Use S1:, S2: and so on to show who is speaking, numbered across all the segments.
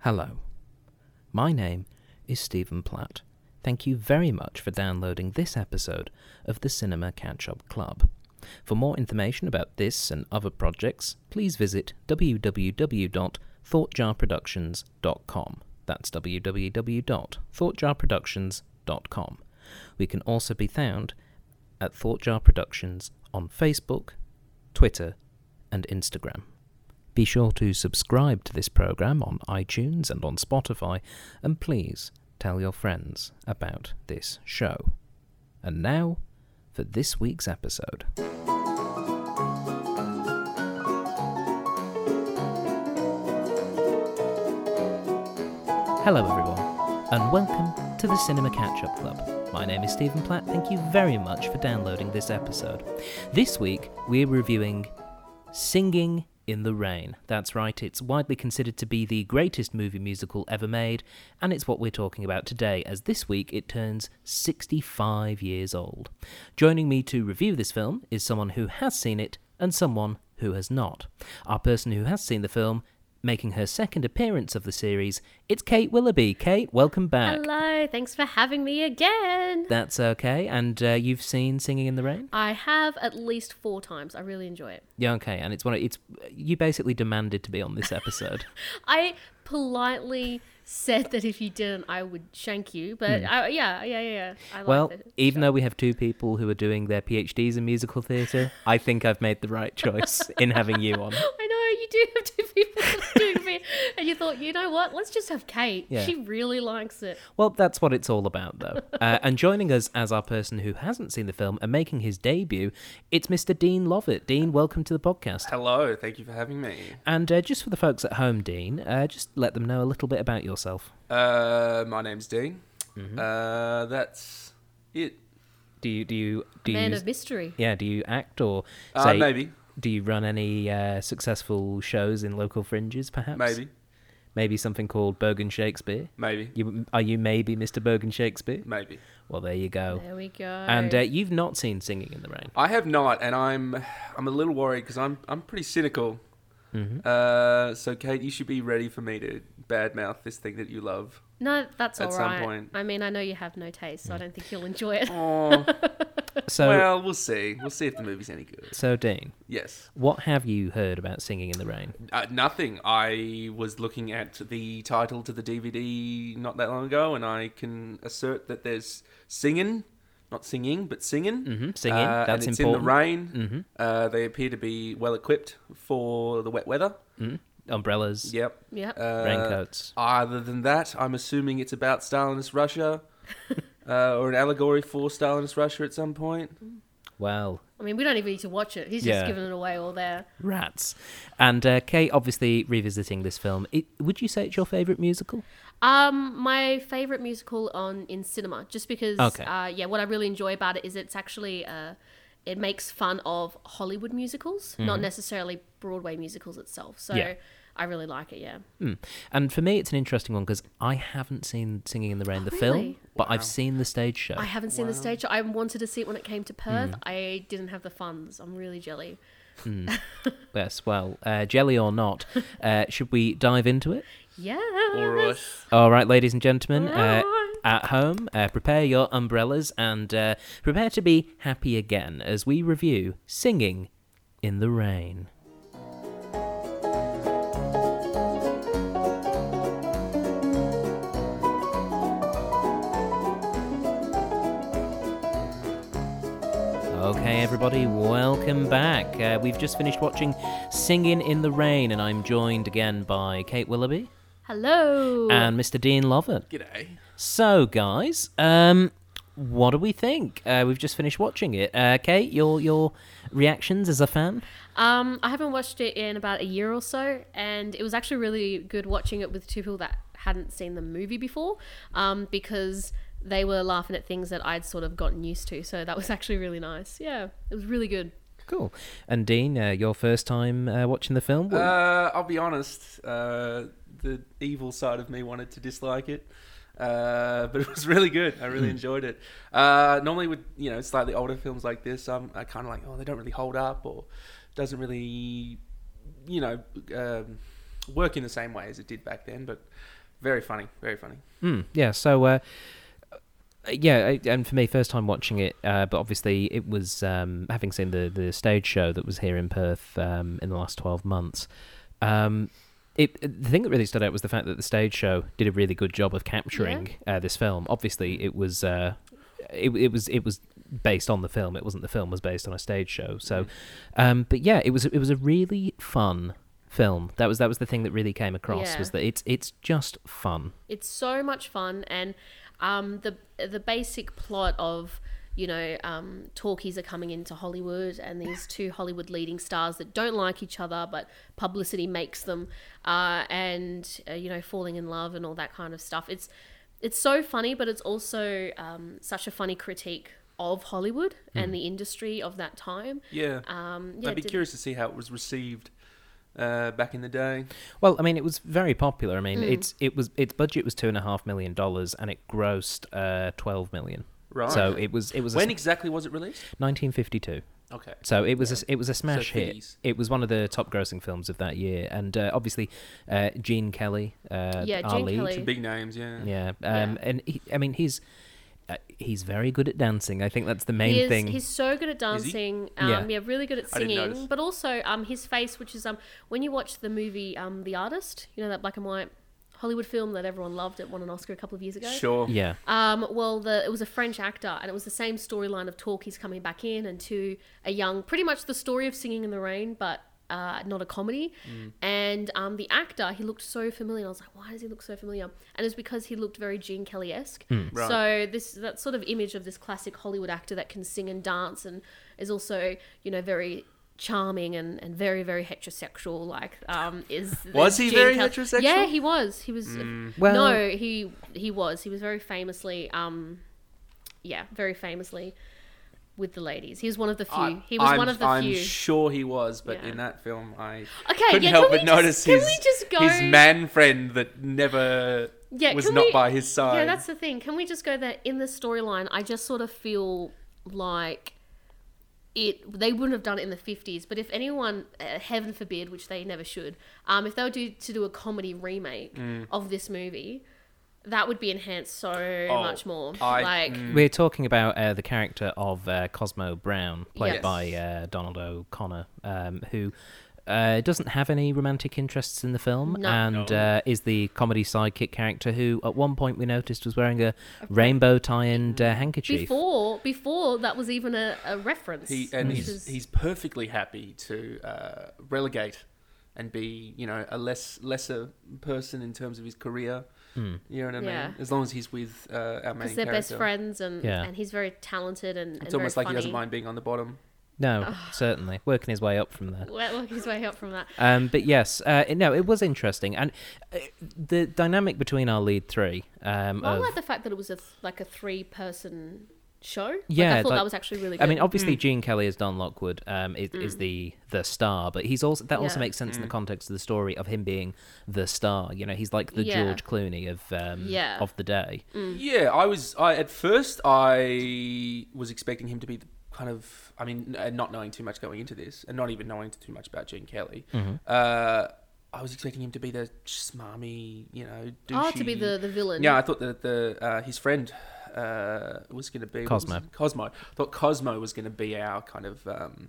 S1: Hello. My name is Stephen Platt. Thank you very much for downloading this episode of the Cinema Catch Up Club. For more information about this and other projects, please visit www.thoughtjarproductions.com. That's www.thoughtjarproductions.com. We can also be found at Thoughtjar Productions on Facebook, Twitter, and Instagram. Be sure to subscribe to this program on iTunes and on Spotify, and please tell your friends about this show. And now for this week's episode. Hello, everyone, and welcome to the Cinema Catch Up Club. My name is Stephen Platt. Thank you very much for downloading this episode. This week, we're reviewing Singing in the Rain. That's right, it's widely considered to be the greatest movie musical ever made, and it's what we're talking about today, as this week it turns 65 years old. Joining me to review this film is someone who has seen it and someone who has not. Our person who has seen the film, making her second appearance of the series, it's Kate Willoughby. Kate, welcome back.
S2: Hello, thanks for having me again.
S1: That's okay, and uh, you've seen Singing in the Rain?
S2: I have at least four times. I really enjoy it.
S1: Yeah, okay, and it's one. Of, it's you basically demanded to be on this episode.
S2: I politely said that if you didn't, I would shank you. But I, yeah, yeah, yeah, yeah. I like
S1: Hmm. well, e-
S2: it.
S1: even though we have two people who are doing their PhDs in musical theatre, I think I've made the right choice in having you on.
S2: I know you do have two people doing me, and you thought, you know what? Let's just have Kate.
S1: Yeah.
S2: She really likes it.
S1: Well, that's what it's all about, though. Uh, and joining us as our person who hasn't seen the film and making his debut, it's Mr. Dean Lovett. Dean, welcome to the podcast.
S3: Hello, thank you for having me.
S1: And uh, just for the folks at home, Dean, uh, just let them know a little bit about yourself.
S3: Uh, my name's Dean.
S1: Mm-hmm.
S3: Uh, that's it.
S1: Do you do you do
S2: Man
S1: you
S2: of mystery.
S1: yeah? Do you act or
S3: Uh,
S1: say,
S3: maybe.
S1: Do you run any uh, successful shows in local fringes, perhaps?
S3: Maybe,
S1: Maybe something called Bergen Shakespeare.
S3: maybe,
S1: You, are you maybe Mr. Bergen Shakespeare?
S3: maybe.
S1: Well, there you go.
S2: There we go.
S1: Oh. And uh, you've not seen Singing in the Rain.
S3: I have not, and I'm I'm a little worried because I'm I'm pretty cynical.
S1: Mm-hmm.
S3: Uh, so Kate, you should be ready for me to badmouth this thing that you love.
S2: no, that's
S3: at
S2: all
S3: some
S2: right.
S3: point-
S2: I mean, I know you have no taste, so
S1: Hmm.
S2: I don't think you'll enjoy it.
S3: Oh,
S1: So,
S3: well, we'll see. We'll see if the movie's any good.
S1: so Dean,
S3: Yes.
S1: what have you heard about Singing in the Rain?
S3: Uh, nothing. I was looking at the title to the DVD not that long ago, and I can assert that there's singing, not singing, but singing.
S1: Mm-hmm. Singing,
S3: Uh, and
S1: that's
S3: it's
S1: important. Mm-hmm.
S3: in the rain. Uh, they appear to be well equipped for the wet weather.
S1: Hmm? Umbrellas,
S3: Yep.
S2: Yep.
S3: Uh,
S1: raincoats.
S3: Other than that, I'm assuming it's about Stalinist Russia, uh, or an allegory for Stalinist Russia at some point.
S1: Well,
S2: I mean, we don't even need to watch it. He's
S1: Yeah.
S2: just giving it away all there.
S1: rats. And uh, Kate, obviously revisiting this film, it, would you say it's your favourite musical?
S2: Um, my favorite musical on in cinema, just because.
S1: Okay.
S2: Uh, yeah, what I really enjoy about it is it's actually uh, it makes fun of Hollywood musicals, not necessarily Broadway musicals itself. So
S1: Mm-hmm. Yeah.
S2: I really like it. Yeah.
S1: Hmm. And for me, it's an interesting one because I haven't seen Singing in the Rain, the film,
S2: really?
S1: but I've seen the stage show.
S2: I haven't seen the stage. show. I wanted to see it when it came to Perth.
S1: Mm.
S2: I didn't have the funds. I'm really jelly.
S1: Yes, well, uh, jelly or not, uh, should we dive into it?
S2: Yeah.
S3: All right.
S1: All right, ladies and gentlemen, uh,
S2: Right.
S1: at home, uh, prepare your umbrellas and uh, prepare to be happy again as we review Singing in the Rain. Okay, everybody, welcome back. Uh, we've just finished watching Singing in the Rain, and I'm joined again by Kate Willoughby
S2: Hello.
S1: and Mr. Dean Lovett.
S3: G'day.
S1: So, guys, um, what do we think? Uh, we've just finished watching it. Uh, Kate, your your reactions as a fan?
S2: Um, I haven't watched it in about a year or so, and it was actually really good watching it with two people that hadn't seen the movie before, um, because they were laughing at things that I'd sort of gotten used to. So that was actually really nice. Yeah, it was really good.
S1: Cool. And Dean, uh, your first time uh, watching the film?
S3: Uh, I'll be honest. Uh, the evil side of me wanted to dislike it, uh, but it was really good. I really enjoyed it. Uh, normally, with you know slightly older films like this, I'm I kind of like, oh, they don't really hold up, or doesn't really, you know, um, work in the same way as it did back then, but very funny, very funny.
S1: Mm, yeah. So, uh, yeah, I- and for me, first time watching it, uh, but obviously it was um, having seen the the stage show that was here in Perth um, in the last twelve months. Um, it, the thing that really stood out was the fact that the stage show did a really good job of capturing uh, this film. Obviously, it was uh, it, it was it was based on the film. It wasn't the film was based on a stage show. So, um, but yeah, it was it was a really fun film. That was that was the thing that really came across
S2: Yeah.
S1: was that it's it's just fun.
S2: It's so much fun, and um, the the basic plot of you know um, talkies are coming into Hollywood, and these two Hollywood leading stars that don't like each other, but publicity makes them, uh, and uh, you know falling in love and all that kind of stuff. It's it's so funny, but it's also um, such a funny critique of Hollywood and the industry of that time.
S3: Yeah,
S2: Um, yeah,
S3: I'd be
S2: did-
S3: curious to see how it was received uh, back in the day.
S1: Well, I mean, it was very popular. I mean,
S2: Hmm.
S1: it's it was its budget was two and a half million dollars, and it grossed uh, twelve million.
S3: Right.
S1: So it was it was
S3: when
S1: a,
S3: exactly was it released?
S1: 1952.
S3: Okay.
S1: So it was a, it was a smash hit.
S3: 50s.
S1: It was one of the top grossing films of that year, and uh, obviously, uh, Gene Kelly, uh,
S2: Yeah,
S1: our
S2: Gene
S1: lead,
S2: Kelly.
S3: Some big names, yeah.
S1: yeah, um, and he, I mean, he's uh, he's very good at dancing. I think that's the main
S2: he is,
S1: thing.
S2: He's so good at
S3: he?
S2: dancing. Um,
S1: Yeah.
S2: yeah. really good at
S3: I didn't notice.
S2: singing. But also, um, his face, which is um, when you watch the movie um, The Artist, you know that black and white Hollywood film that everyone loved. It won an Oscar a couple of years ago.
S3: Sure.
S1: yeah,
S2: Um, well, the, it was a French actor, and it was the same storyline of talkies coming back in and to a young, pretty much the story of Singing in the Rain, but uh, not a comedy.
S3: Mm.
S2: And um, the actor, he looked so familiar. And I was like, why does he look so familiar? And it's because he looked very Gene Kelly esque.
S3: Right.
S2: So this that sort of image of this classic Hollywood actor that can sing and dance and is also, you know, very charming and, and very very heterosexual like um is
S3: Was
S2: is
S3: he
S2: Gene
S3: very
S2: Kelly-
S3: heterosexual?
S2: yeah he was he was
S3: Mm.
S1: Well-
S2: no he he was he was very famously um yeah very famously with the ladies he was one of the few
S3: I,
S2: he was
S3: am
S2: one of the
S3: I'm
S2: few
S3: sure he was, but
S2: Yeah.
S3: in that film, I
S2: Okay,
S3: couldn't
S2: yeah,
S3: help
S2: can
S3: but
S2: we just-
S3: notice
S2: can
S3: his,
S2: we just go-
S3: his man friend that never
S2: yeah
S3: was
S2: can
S3: not
S2: we-
S3: by his side.
S2: yeah that's the thing can we just go that in the storyline i just sort of feel like it they wouldn't have done it in the 50s but if anyone uh, heaven forbid which they never should um if they were do, to do a comedy remake
S3: Mm.
S2: of this movie that would be enhanced so
S3: Oh,
S2: much more
S3: I- Mm.
S2: like
S1: we're talking about uh, the character of uh, Cosmo Brown, played
S2: Yes.
S1: by uh, Donald O'Connor, um, who uh, doesn't have any romantic interests in the film
S2: No.
S1: and
S3: No.
S1: uh, is the comedy sidekick character who, at one point, we noticed was wearing a rainbow tie and uh, handkerchief.
S2: Mm. before before that was even a, a reference
S3: He and
S2: which
S3: he's
S2: is-
S3: he's perfectly happy to uh, relegate and be you know a less lesser person in terms of his career. You know what I
S2: Yeah.
S3: mean? As long as he's with uh, our main
S2: because they're
S3: character,
S2: best friends and
S1: Yeah.
S2: and he's very talented and
S3: it's
S2: and
S3: almost
S2: very
S3: like he doesn't
S2: funny.
S3: mind being on the bottom.
S1: No,
S2: Ah.
S1: certainly. Working his way up from there.
S2: Well, work his way up from that.
S1: Um, but yes, uh, no, it was interesting. And uh, the dynamic between our lead three. Um,
S2: Well, I
S1: of-
S2: like the fact that it was a th- like a three person show. Like,
S1: Yeah,
S2: I thought
S1: like-
S2: that was actually really. Good.
S1: I mean,
S2: hmm.
S1: obviously, Gene Kelly as Don Lockwood um, is, is the the star, but he's also that also
S2: Yeah.
S1: makes sense in the context of the story of him being the star. You know, he's like the
S2: Yeah.
S1: George Clooney of um,
S2: Yeah.
S1: of the day.
S2: Mm.
S3: Yeah, I was. I at first I was expecting him to be the kind of. I mean, n- uh, not knowing too much going into this, and not even knowing too much about Gene Kelly. Uh, I was expecting him to be the smarmy, you know, douchey.
S2: oh, to be the the villain.
S3: Yeah, I thought that the uh, his friend uh, was going to be what was
S1: Cosmo.
S3: it? Cosmo. I thought Cosmo was going to be our kind of um,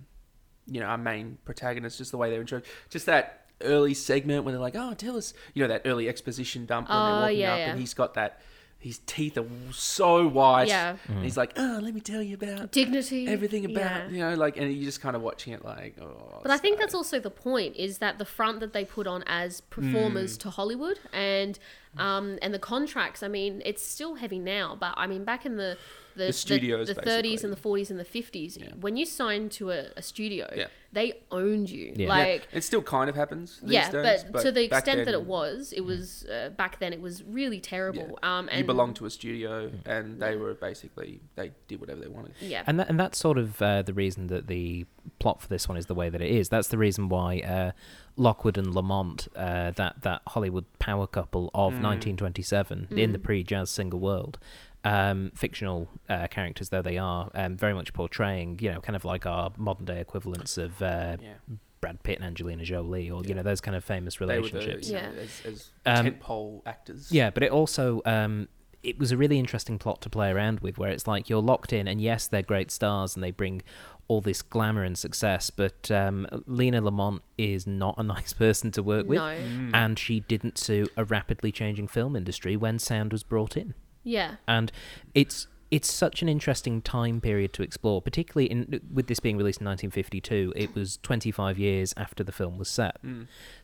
S3: you know our main protagonist. Just the way they were intro, just that early segment when they're like, "Oh, tell us," you know, that early exposition dump when
S2: Oh,
S3: they're walking
S2: yeah,
S3: up,
S2: yeah.
S3: and he's got that. His teeth are so white.
S2: Yeah.
S3: And he's like, oh, let me tell you about
S2: Dignity.
S3: everything about,
S2: yeah.
S3: you know, like, and you're just kind of watching it like, oh.
S2: But I think
S3: so-
S2: that's also the point is that the front that they put on as performers
S3: Hmm.
S2: to Hollywood and um, and the contracts. I mean, it's still heavy now, but I mean, back in the the,
S3: studios,
S2: the, 30s
S3: basically.
S2: and the 40s and the 50s, when you signed to a, a studio,
S3: Yeah.
S2: they owned you.
S1: Yeah.
S3: Yeah,
S2: Like
S3: it still kind of happens. These
S2: yeah,
S3: days,
S2: but, to the
S3: back
S2: extent that
S3: then- mm.
S2: it was, it was uh, back then. It was really terrible. Um, and
S3: you belonged to a studio, and they were basically they did whatever they wanted.
S2: Yeah,
S1: And that, and that's sort of uh, the reason that the plot for this one is the way that it is. That's the reason why uh, Lockwood and Lamont, uh, that that Hollywood power couple of 1927 in
S2: Hmm.
S1: the pre-jazz singer world, um, fictional uh, characters though they are, um, very much portraying you know kind of like our modern day equivalents of uh,
S3: Yeah,
S1: Brad Pitt and Angelina Jolie, or you know those kind of famous
S3: They were the,
S1: relationships.
S3: you know,
S2: Yeah.
S3: as, as
S1: Um,
S3: tentpole actors.
S1: Yeah, but it also um, it was a really interesting plot to play around with, where it's like you're locked in, and yes, they're great stars and they bring all this glamour and success, but um, Lena Lamont is not a nice person to work with,
S2: No.
S3: Mm.
S1: and she didn't suit a rapidly changing film industry when sound was brought in
S2: Yeah.
S1: and it's it's such an interesting time period to explore, particularly in with this being released in 1952. It was 25 years after the film was set,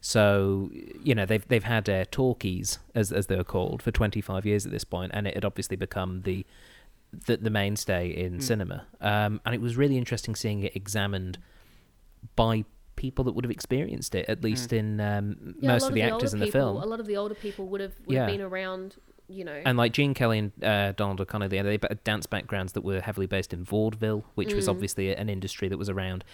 S1: so you know they've they've had uh, talkies as as they were called for 25 years at this point, and it had obviously become the the, the mainstay in cinema. Um, and it was really interesting seeing it examined by people that would have experienced it, at least in um,
S2: Yeah, a
S1: most
S2: lot
S1: of the
S2: older
S1: actors in the
S2: people-
S1: film.
S2: A lot of the older people would have, would have
S1: Yeah.
S2: been around, you know.
S1: And like Gene Kelly and uh, Donald O'Connor, they they had dance backgrounds that were heavily based in vaudeville, which
S2: Mm.
S1: was obviously an industry that was around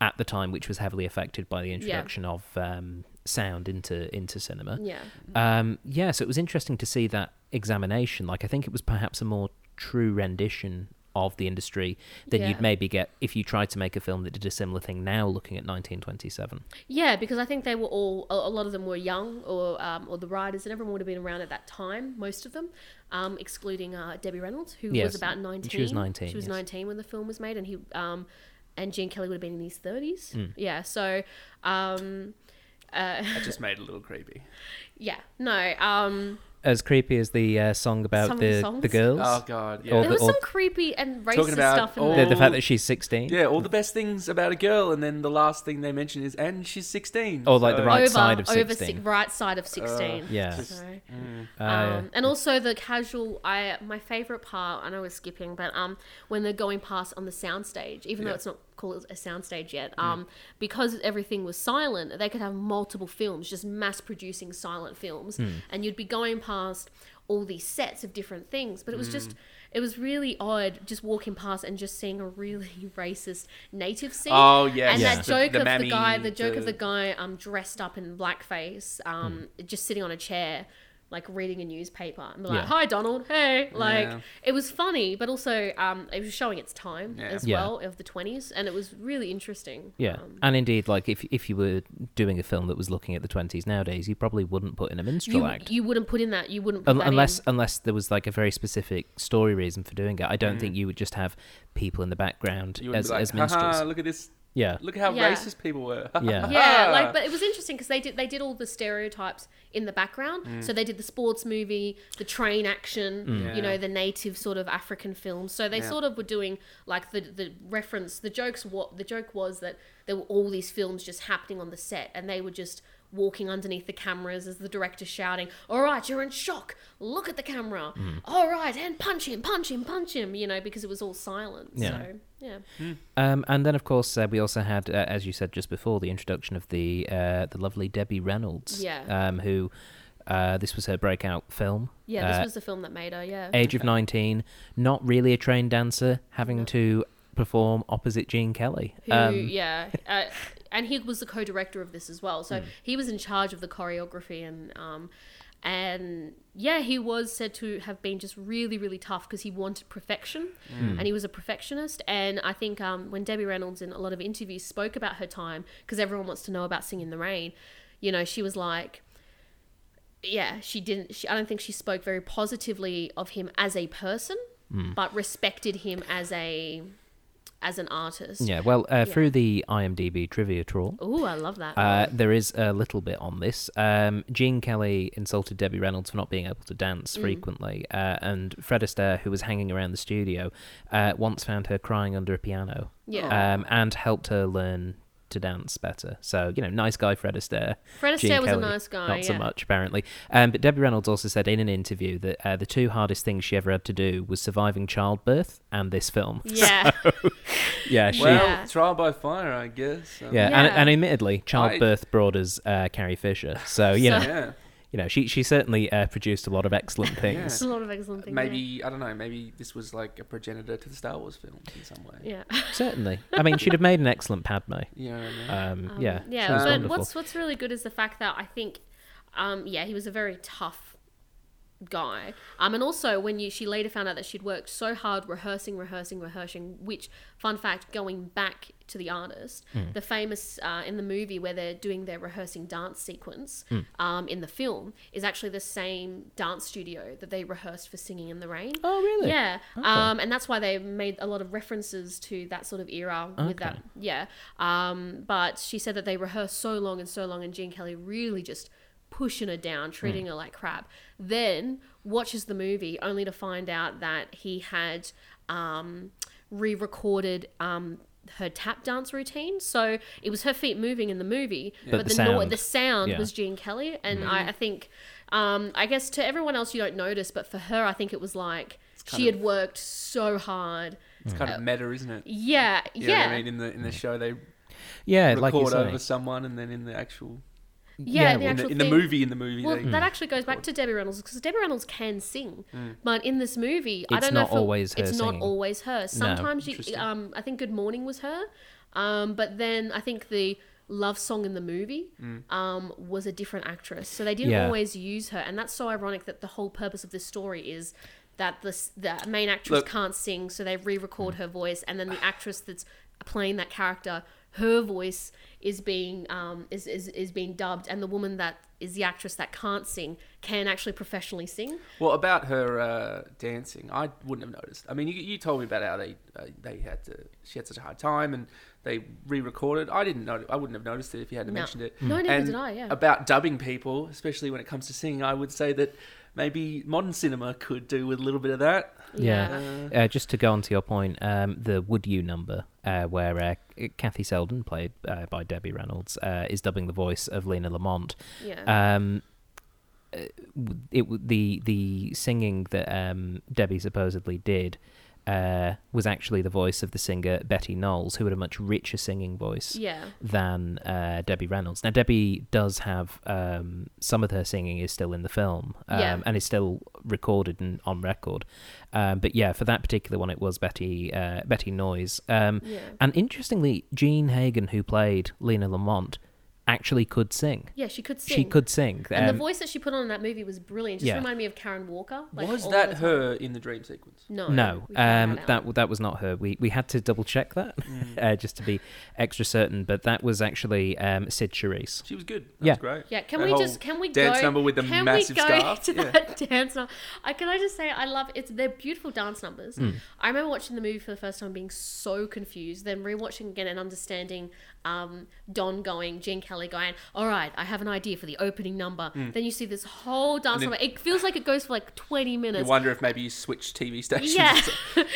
S1: at the time, which was heavily affected by the introduction of um, sound into into cinema.
S2: yeah.
S1: Um, yeah, so it was interesting to see that examination. Like, I think it was perhaps a more true rendition of the industry than
S2: Yeah.
S1: you'd maybe get if you tried to make a film that did a similar thing now, looking at 1927.
S2: Yeah, because I think they were all a, a lot of them were young, or um, or the writers and everyone would have been around at that time. Most of them, um, excluding uh, Debbie Reynolds, who
S1: Yes,
S2: was about nineteen.
S1: she was 19,
S2: She was
S1: yes.
S2: nineteen when the film was made, and he um, and Gene Kelly would have been in his thirties.
S1: Hmm.
S2: Yeah, so um,
S3: That just made it a little creepy.
S2: yeah, no, um,
S1: As creepy as the uh, song about
S2: Some of the
S1: the, the,
S2: songs.
S1: girls,
S3: Oh god, yeah.
S1: Or
S2: there
S1: the-
S2: was some creepy and racist
S3: about
S2: stuff in
S3: all-
S1: the,
S2: there.
S1: the fact that she's 16.
S3: yeah, all the best things about a girl, and then the last thing they mention is, and she's sixteen.
S1: Or, Oh, like, the right-
S2: over,
S1: side of
S2: over
S1: 16.
S2: si- right side of sixteen.
S1: yeah.
S2: So.
S1: Uh,
S2: um, and also the casual i my favorite part i know we're skipping but um when they're going past on the soundstage even though
S3: Yeah.
S2: it's not called a soundstage yet um because everything was silent they could have multiple films just mass producing silent films and you'd be going past all these sets of different things but it was just it was really odd just walking past and just seeing a really racist native scene
S3: Oh, yes.
S2: and
S1: Yeah.
S2: that
S3: The-
S2: joke
S3: the
S2: of
S3: mammy,
S2: the guy the joke of
S3: the-
S2: the guy um dressed up in blackface, um, just sitting on a chair, like reading a newspaper, and be like,
S1: Yeah.
S2: "Hi, Donald. Hey!" Like
S3: Yeah.
S2: it was funny, but also um, it was showing its time
S3: Yeah.
S2: as
S1: Yeah.
S2: well of the twenties, and it was really interesting.
S1: Yeah,
S2: Um,
S1: and indeed, like if if you were doing a film that was looking at the twenties nowadays, you probably wouldn't put in a minstrel
S2: you,
S1: act
S2: you wouldn't put in that. You wouldn't put
S1: Un-
S2: that
S1: unless
S2: in.
S1: unless there was like a very specific story reason for doing it. I don't
S2: Mm.
S1: think you would just have people in the background
S3: you would
S1: as
S3: be like,
S1: as minstrels.
S3: haha, look at this,
S1: Yeah,
S3: look at how
S2: Yeah.
S3: racist people were.
S1: Yeah.
S2: Yeah,
S3: Ah.
S2: like but it was interesting because they did they did all the stereotypes in the background.
S3: Mm.
S2: So they did the sports movie, the train action,
S1: Mm.
S2: you know,
S3: Yeah.
S2: the native sort of African films. So they
S3: Yeah.
S2: sort of were doing like the the reference, the jokes. What the joke was that there were all these films just happening on the set, and they were just walking underneath the cameras as the director shouting, "All right, you're in shock. Look at the camera.
S1: Mm.
S2: All right, and punch him, punch him, punch him." You know, because it was all silent.
S1: Yeah.
S2: So yeah,
S1: um, and then of course uh, we also had, uh, as you said just before, the introduction of the uh, the lovely Debbie Reynolds.
S2: Yeah.
S1: um, who uh, this was her breakout film.
S2: yeah. This
S1: Uh,
S2: was the film that made her. Yeah.
S1: age of 19, not really a trained dancer, having to perform opposite Gene Kelly. Um,
S2: who yeah uh, and he was the co-director of this as well so he was in charge of the choreography and um and yeah he was said to have been just really really tough because he wanted perfection and he was a perfectionist and i think um, when debbie reynolds in a lot of interviews spoke about her time because everyone wants to know about singing in the rain you know she was like yeah, she didn't. She, I don't think she spoke very positively of him as a person, but respected him as a as an artist.
S1: Yeah, well, uh, through the IMDb trivia trawl,
S2: Ooh, I love that.
S1: uh, there is a little bit on this. Um, Gene Kelly insulted Debbie Reynolds for not being able to dance
S2: Mm.
S1: frequently, uh, and Fred Astaire, who was hanging around the studio, uh, once found her crying under a piano
S2: yeah.
S1: um, and helped her learn to dance better. So, you know, nice guy Fred Astaire.
S2: Fred
S1: Gene
S2: Astaire was a
S1: Kelly,
S2: nice guy,
S1: Not so
S2: yeah.
S1: much, apparently. Um, but Debbie Reynolds also said in an interview that uh, the two hardest things she ever had to do was surviving childbirth and this film.
S2: yeah.
S1: Yeah, she
S3: Well,
S2: Yeah.
S3: trial by fire, I guess. Um,
S1: Yeah, And,
S2: Yeah.
S1: and admittedly, childbirth borders uh, Carrie Fisher. So you know,
S3: yeah.
S1: you know, she she certainly uh, produced a lot of excellent things.
S2: It's a lot of excellent things.
S3: Maybe I don't know. Maybe this was like a progenitor to the Star Wars films in some way.
S2: Yeah.
S1: Certainly, I mean, she'd have made an excellent Padme.
S3: You know what I mean?
S1: Um,
S2: Um,
S1: yeah,
S2: Yeah.
S1: she was
S2: but
S1: wonderful.
S2: what's what's really good is the fact that I think, um, yeah, he was a very tough guy. Um, and also when you she later found out that she'd worked so hard rehearsing, rehearsing, rehearsing. Which fun fact, going back to the artist,
S1: Hmm.
S2: the famous uh, in the movie where they're doing their rehearsing dance sequence
S1: Hmm.
S2: um, in the film is actually the same dance studio that they rehearsed for Singing in the Rain.
S1: Oh, really?
S2: Yeah. Um, and that's why they made a lot of references to that sort of era with
S1: Okay.
S2: that. Yeah. Um, but she said that they rehearsed so long and so long, and Gene Kelly really just pushing her
S1: Hmm.
S2: down, treating her like crap. Then watches the movie only to find out that he had um, re recorded. Um, her tap dance routine so it was her feet moving in the movie
S1: But
S2: but,
S1: the
S2: the, no-
S1: sound-
S2: the sound
S1: yeah. Hmm.
S2: was Gene Kelly, and I, I think, um, I guess to everyone else you don't notice, but for her, I think it was like
S3: kind
S2: she
S3: of-
S2: had worked so hard.
S3: It's kind of meta, isn't it?
S2: Yeah,
S3: You know
S2: Uh, yeah,
S3: what I mean? In the in the show, they
S1: Yeah,
S3: record
S1: like you say.
S3: over someone, and then in the actual
S2: yeah.
S1: Yeah, well,
S2: the
S3: in the,
S2: actual
S3: in the
S2: thing-
S3: movie, in the movie,
S2: Well,
S3: they,
S2: that actually goes back to Debbie Reynolds because Debbie Reynolds can sing,
S3: Hmm.
S2: but in this movie, I
S1: It's
S2: don't know.
S1: not
S2: if it-
S1: always her
S2: It's
S1: singing.
S2: not always her. Sometimes she,
S3: Interesting.
S2: um, I think Good Morning was her, um, but then I think the love song in the movie
S3: Hmm.
S2: um, was a different actress, so they didn't
S1: Yeah.
S2: always use her, and that's so ironic that the whole purpose of this story is. That this the main actress
S3: Look-
S2: can't sing, so they
S1: Mm.
S2: re-record her voice, and then the actress that's playing that character, her voice is being um, is, is is being dubbed, and the woman that is the actress that can't sing can actually professionally sing.
S1: Mm.
S3: Well, about her uh, dancing, I wouldn't have noticed. I mean, you, you told me about how they uh, they had to she had such a hard time and they re-recorded. I didn't know. I wouldn't have noticed it if you hadn't
S2: No.
S3: mentioned it.
S2: No, neither
S3: and
S2: did I, yeah.
S3: About dubbing people, especially when it comes to singing, I would say that maybe modern cinema could do with a little bit of that.
S1: Yeah. Uh, just to go on to your point, um, the Would You number, uh, where uh, Kathy Selden, played uh, by Debbie Reynolds, uh, is dubbing the voice of Lena Lamont.
S2: Yeah.
S1: Um, uh, w- it w- the the singing that um, Debbie supposedly did uh, was actually the voice of the singer Betty Knowles, who had a much richer singing voice
S2: yeah.
S1: than uh, Debbie Reynolds. Now Debbie does have um, some of her singing is still in the film um,
S2: Yeah.
S1: and is still recorded and on record, um, but yeah, for that particular one, it was Betty uh, Betty Noyes. Um,
S2: Yeah.
S1: And interestingly, Jean Hagen, who played Lena Lamont, actually could sing.
S2: Yeah, she could sing.
S1: She could sing.
S2: And
S1: um,
S2: the voice that she put on in that movie was brilliant. Just
S1: yeah.
S2: reminded me of Karen Walker. like,
S3: was
S2: all
S3: that
S2: the time.
S3: her in the dream sequence?
S2: No.
S1: No,
S2: we found
S1: um,
S2: out.
S1: that w- that was not her. We we had to double check that
S3: Mm.
S1: uh, just to be extra certain. But that was actually um, Sid Charisse.
S3: She was good. That
S1: Yeah.
S3: was great.
S2: Yeah, can
S3: That
S2: we
S3: whole
S2: just can we
S3: dance
S2: go,
S3: number with the
S2: can
S3: massive
S2: we go
S3: scarf?
S2: to
S3: Yeah.
S2: that dance number? I can I just say I love it's they're beautiful dance numbers.
S3: Hmm.
S2: I remember watching the movie for the first time, being so confused, then rewatching again and understanding um, Don going, Gene Kelly going, all right, I have an idea for the opening number. Then you see this whole dance
S3: Hmm. And then-
S2: number. It feels like it goes for like twenty
S3: You
S2: minutes.
S3: wonder if maybe you switched TV stations.
S2: Yeah.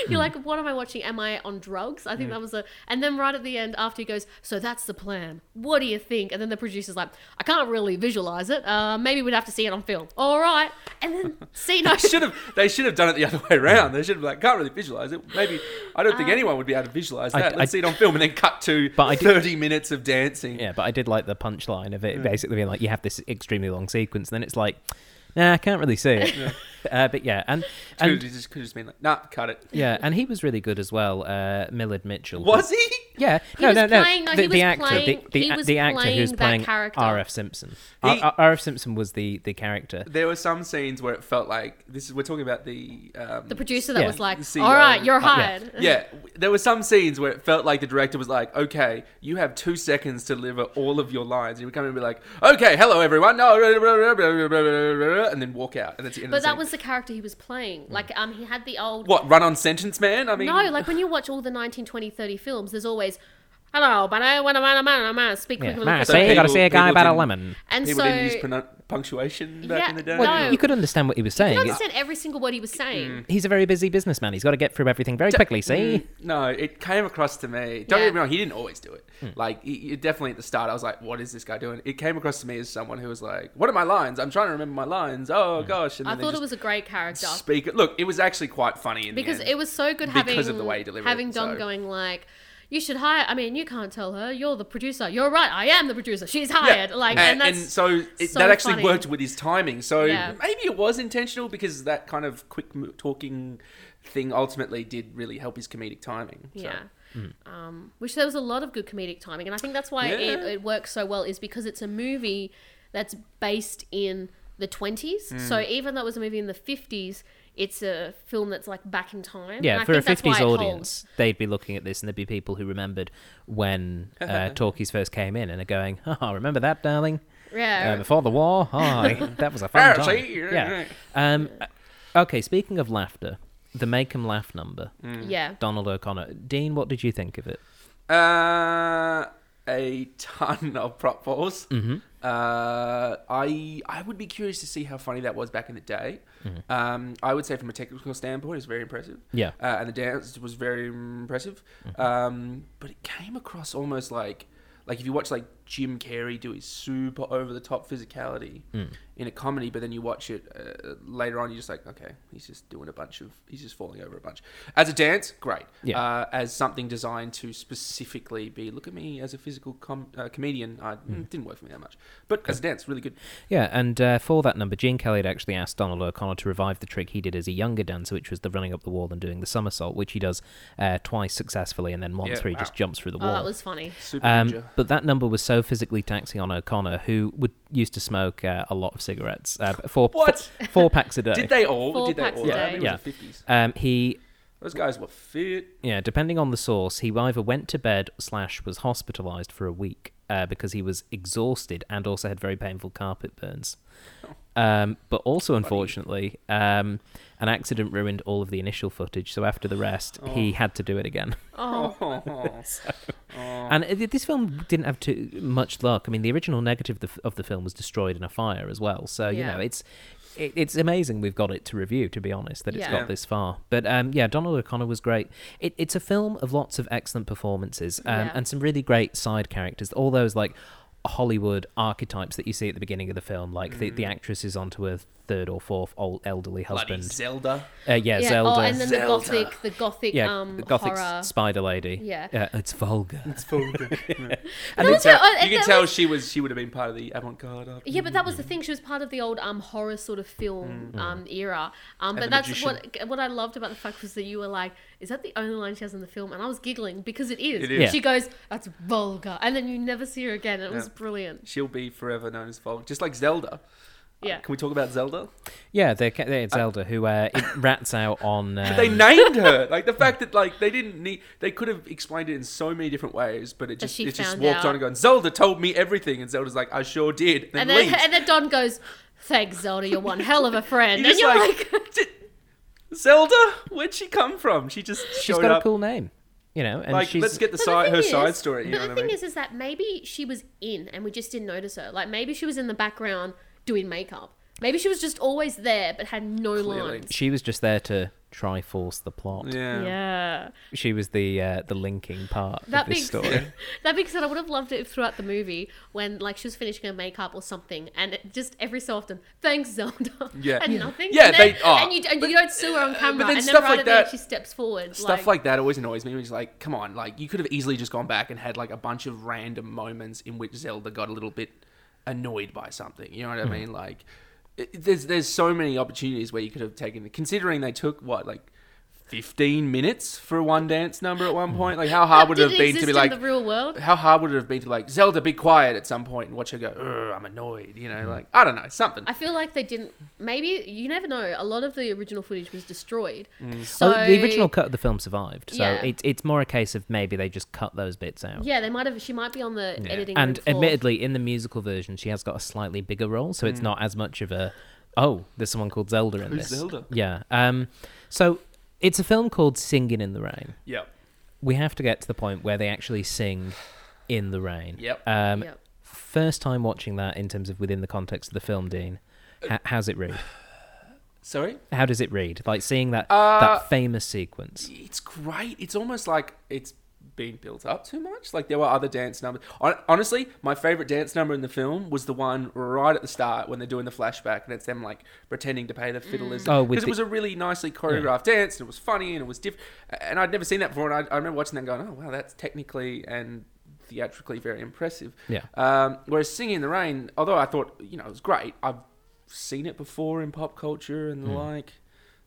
S2: You're like, what am I watching? Am I on drugs?
S3: Mm.
S2: I think that was a. And then right at the end, after he goes, so that's the plan. What do you think? And then the producer's like, I can't really visualize it. Uh, maybe we'd have to see it on film. All right. And then see no.
S3: should have they should have done it the other way around. They should have like can't really visualize it. Maybe I don't
S2: Uh,
S3: think anyone would be able to visualize
S1: I-
S3: that.
S1: I-
S3: Let's see it on film and then cut to
S1: But I do-
S3: thirty minutes of dancing.
S1: Yeah, but I did like the punchline of it basically being like you have this extremely long sequence, and then it's like, nah, I can't really see it. uh, but yeah, and
S3: Could have
S1: and
S3: just, could have just been like, nah, cut it.
S1: yeah, and he was really good as well, uh, Millard Mitchell.
S3: Was he?
S1: Yeah,
S2: He
S1: no,
S2: was
S1: no, no.
S2: playing- no,
S1: the,
S2: he
S1: the
S2: was
S1: actor,
S2: playing-
S1: the, the,
S2: he
S1: a-
S2: was
S1: the actor who's
S2: playing that
S1: playing
S2: character.
S1: R.F. Simpson.
S3: He-
S1: R- R.F. Simpson was the the character.
S3: There were some scenes where it felt like this is we're talking about the um,
S2: The producer that
S1: Yeah.
S2: was like,
S3: The CEO.
S2: all right, you're
S1: yeah.
S2: hired.
S3: uh, yeah, there were some scenes where it felt like the director was like, "Okay, you have two seconds to deliver all of your lines." You would come in and be like, "Okay, hello everyone," no, and then walk out, and that's the end. of
S2: But
S3: the
S2: that
S3: scene.
S2: was the character he was playing. Like, um, he had the old.
S3: Mm. what run on sentence, man. I mean,
S2: No, like when you watch all the 19, 20, 30 films, there's always, hello, but I want to man, man, man, speak
S1: Yeah,
S2: quickly.
S1: nah,
S2: quickly."
S3: So
S1: see, you got to
S3: people-
S1: see a guy
S3: people
S1: about a
S3: didn't-
S1: lemon.
S2: and
S3: people
S2: so
S3: didn't use pronoun- punctuation back
S2: Yeah,
S3: in the day.
S2: no.
S1: Well, you could understand what he was saying.
S2: you
S1: It's-
S2: understand every single word he
S3: Mm.
S2: was saying.
S1: he's a very busy businessman. He's got to get through everything very quickly.
S2: mm,
S1: See,
S3: Mm, No, it came across to me. Don't
S2: Yeah.
S3: get me wrong; he didn't always do it.
S1: Hmm.
S3: Like, he, he- definitely at the start, I was like, "What is this guy doing?" It came across to me as someone who was like, "What are my lines? I'm trying to remember my lines." Oh
S1: Hmm.
S3: gosh! And
S2: I
S3: then
S2: thought
S3: they
S2: it was a great character.
S3: just speak. it. Look, it was actually quite funny in the
S2: because
S3: end.
S2: it was so good having
S3: because of the way he delivered
S2: having
S3: it,
S2: Don
S3: so-
S2: going like, "You should hire." I mean, you can't tell her. You're the producer. You're right. I am the producer. She's hired. Like, and, that's
S3: so it,
S2: so
S3: that actually
S2: funny.
S3: worked with his timing. So
S2: Yeah.
S3: maybe it was intentional because that kind of quick mo- talking thing ultimately did really help his comedic timing. So.
S2: yeah. Um, which there was a lot of good comedic timing, and I think that's why it,
S3: Yeah.
S2: it works so well is because it's a movie that's based in the 20s.
S3: Mm.
S2: So even though it was a movie in the 50s, it's a film that's like back in time. And
S1: Yeah,
S2: I
S1: for a
S2: think that's why
S1: 50s
S2: it holds.
S1: audience, they'd be looking at this and there'd be people who remembered when uh, talkies first came in and are going, oh, remember that, darling? Uh,
S2: Yeah.
S1: before the war? Hi. that was a fun
S3: Yeah,
S1: time.
S3: Oh, see?
S1: Yeah. Um, uh, okay, speaking of laughter, the Make 'em Laugh number,
S3: Mm.
S2: yeah.
S1: Donald O'Connor. Dean, what did you think of it?
S3: Uh, a ton of prop falls.
S1: Mm.
S3: Uh, I I would be curious to see how funny that was back in the day.
S1: Mm-hmm.
S3: Um, I would say from a technical standpoint, it's very impressive.
S1: Yeah.
S3: uh, and the dance was very impressive.
S1: Mm-hmm.
S3: Um, but it came across almost like like if you watch like Jim Carrey do his super over the top physicality
S1: Mm.
S3: in a comedy, but then you watch it uh, later on, you're just like, okay, he's just doing a bunch of he's just falling over a bunch. As a dance, great.
S1: Yeah.
S3: Uh, as something designed to specifically be look at me as a physical com- uh, comedian, I mm, didn't work for me that much. But as a dance, really good.
S1: Yeah, and uh, for that number, Gene Kelly had actually asked Donald O'Connor to revive the trick he did as a younger dancer, which was the running up the wall and doing the somersault, which he does uh, twice successfully, and then once
S3: Yeah,
S1: where he
S3: wow.
S1: just jumps through the
S2: Oh,
S1: wall.
S2: that was funny.
S3: Super
S1: Um,
S3: ninja.
S1: but that number was so physically taxing on O'Connor, who would used to smoke uh, a lot of cigarettes, uh, four,
S3: What?
S1: four four packs a day.
S3: Did they all?
S2: Four
S3: did they
S2: packs
S3: all?
S2: a
S3: I think
S1: day.
S3: it was the 50s.
S1: um, he,
S3: Those guys were fit.
S1: yeah, depending on the source, he either went to bed slash was hospitalised for a week uh, because he was exhausted and also had very painful carpet burns. Um, but also, unfortunately, um, an accident ruined all of the initial footage. So after the rest, he had to do it again.
S2: Oh,
S1: And th- this film didn't have too much luck. I mean, the original negative of the, f- of the film was destroyed in a fire as well. So you
S2: Yeah.
S1: know, it's it, it's amazing we've got it to review. To be honest, that it's
S2: Yeah.
S1: got this far. But um, yeah, Donald O'Connor was great. It, it's a film of lots of excellent performances um,
S2: Yeah.
S1: and some really great side characters. All those like. Hollywood archetypes that you see at the beginning of the film, like the,
S2: Mm.
S1: the actress is onto her third or fourth old elderly
S3: Bloody
S1: husband.
S3: Zelda.
S1: Uh, yeah,
S2: yeah.
S1: Zelda.
S2: Oh, and then
S3: Zelda.
S2: the gothic, the gothic,
S1: yeah,
S2: um,
S1: the gothic s-
S2: horror.
S1: spider lady.
S2: Yeah.
S1: uh, it's vulgar.
S3: And
S2: was
S3: tell,
S2: her- and
S3: you can
S2: that
S3: tell
S2: was-
S3: she was she would have been part of the avant-garde. After.
S2: Yeah, but that
S3: Mm.
S2: was the thing. She was part of the old um, horror sort of film um, era. Um, but
S3: the
S2: that's
S3: magician.
S2: what what I loved about the fact was that you were like, "Is that the only line she has in the film?" And I was giggling because it is.
S3: It is. Yeah.
S2: She goes, "That's vulgar," and then you never see her again. It was brilliant.
S3: She'll be forever known as Volk, just like Zelda.
S2: Yeah.
S3: Can we talk about Zelda?
S1: Yeah, they're, ca- they're Zelda who uh, it rats out on. Um,
S3: They named her like the fact that like they didn't need they could have explained it in so many different ways, but it just
S2: she
S3: it just
S2: found
S3: walked
S2: out.
S3: on and gone. Zelda told me everything, and Zelda's like, I sure did.
S2: and
S3: And then,
S2: then
S3: leaves.
S2: and then Don goes, "Thanks, Zelda. You're one hell of a friend."
S3: You're
S2: and
S3: just
S2: you're
S3: like,
S2: like,
S3: "Z- Zelda, where'd she come from? She just
S1: she's
S3: showed
S1: got
S3: up.
S1: a cool name, you know. And
S3: like,
S1: she's
S3: let's get the
S2: But
S3: side
S2: thing
S3: her
S2: is-
S3: side story. You
S2: but
S3: know
S2: the
S3: what I
S2: thing
S3: mean?
S2: is, is that maybe she was in and we just didn't notice her. Like maybe she was in the background doing makeup. Maybe she was just always there but had no
S3: Clearly.
S2: lines.
S1: she was just there to try force the plot.
S3: yeah.
S2: yeah.
S1: She was the uh, the linking part
S2: That
S1: of this
S2: being,
S1: story.
S2: that being said, I would have loved it if throughout the movie when like she was finishing her makeup or something, and it just every so often, thanks Zelda,
S3: Yeah.
S2: and
S3: Yeah.
S2: nothing,
S3: Yeah,
S2: and, then,
S3: they- oh, uh,
S2: and you and you don't see her on camera,
S3: but
S2: and
S3: then
S2: then
S3: stuff
S2: right
S3: like
S2: at the end
S3: that-
S2: she steps forward,
S3: Stuff like, that always annoys me. It's like, come on, like you could have easily just gone back and had like a bunch of random moments in which Zelda got a little bit annoyed by something. You know what I mean? Like, it, there's there's so many opportunities where you could have taken. Considering they took what like. 15 minutes for one dance number at one point like how hard would it
S2: Did
S3: have been
S2: exist
S3: to be
S2: in
S3: like
S2: the real world.
S3: how hard would it have been to like zelda be quiet at some point and watch her go Ugh, i'm annoyed you know like i don't know something
S2: I feel like they didn't. Maybe you never know. A lot of the original footage was destroyed. So
S3: Mm.
S1: Oh, the original cut of the film survived, so
S2: Yeah.
S1: it's it's more a case of maybe they just cut those bits out.
S2: Yeah, they might have. She might be on the editing.
S1: And
S2: room floor.
S1: admittedly, in the musical version, she has got a slightly bigger role, so it's not as much of a oh, there's someone called Zelda in
S3: Mm. Who's
S1: this.
S3: Zelda?
S1: Yeah. Um. So it's a film called Singing in the Rain.
S3: yep
S1: we have to get to the point where they actually sing in the rain.
S3: Yep.
S1: Um,
S2: Yep.
S1: First time watching that in terms of within the context of the film, Dean. H- how's it read?
S3: sorry
S1: How does it read? Like seeing that
S3: Uh,
S1: that famous sequence.
S3: It's great. It's almost like it's been built up too much. Like there were other dance numbers. Hon- Honestly, my favorite dance number in the film was the one right at the start when they're doing the flashback and it's them like pretending to pay the fiddlers.
S1: Oh, with
S3: because
S1: the-
S3: it was a really nicely choreographed dance and it was funny and it was different. And I'd never seen that before. And I, I remember watching that and going, "Oh wow, that's technically and." Theatrically, very impressive.
S1: Yeah.
S3: Um, whereas "Singing in the Rain," although I thought you know it was great, I've seen it before in pop culture and the
S1: Hmm.
S3: like.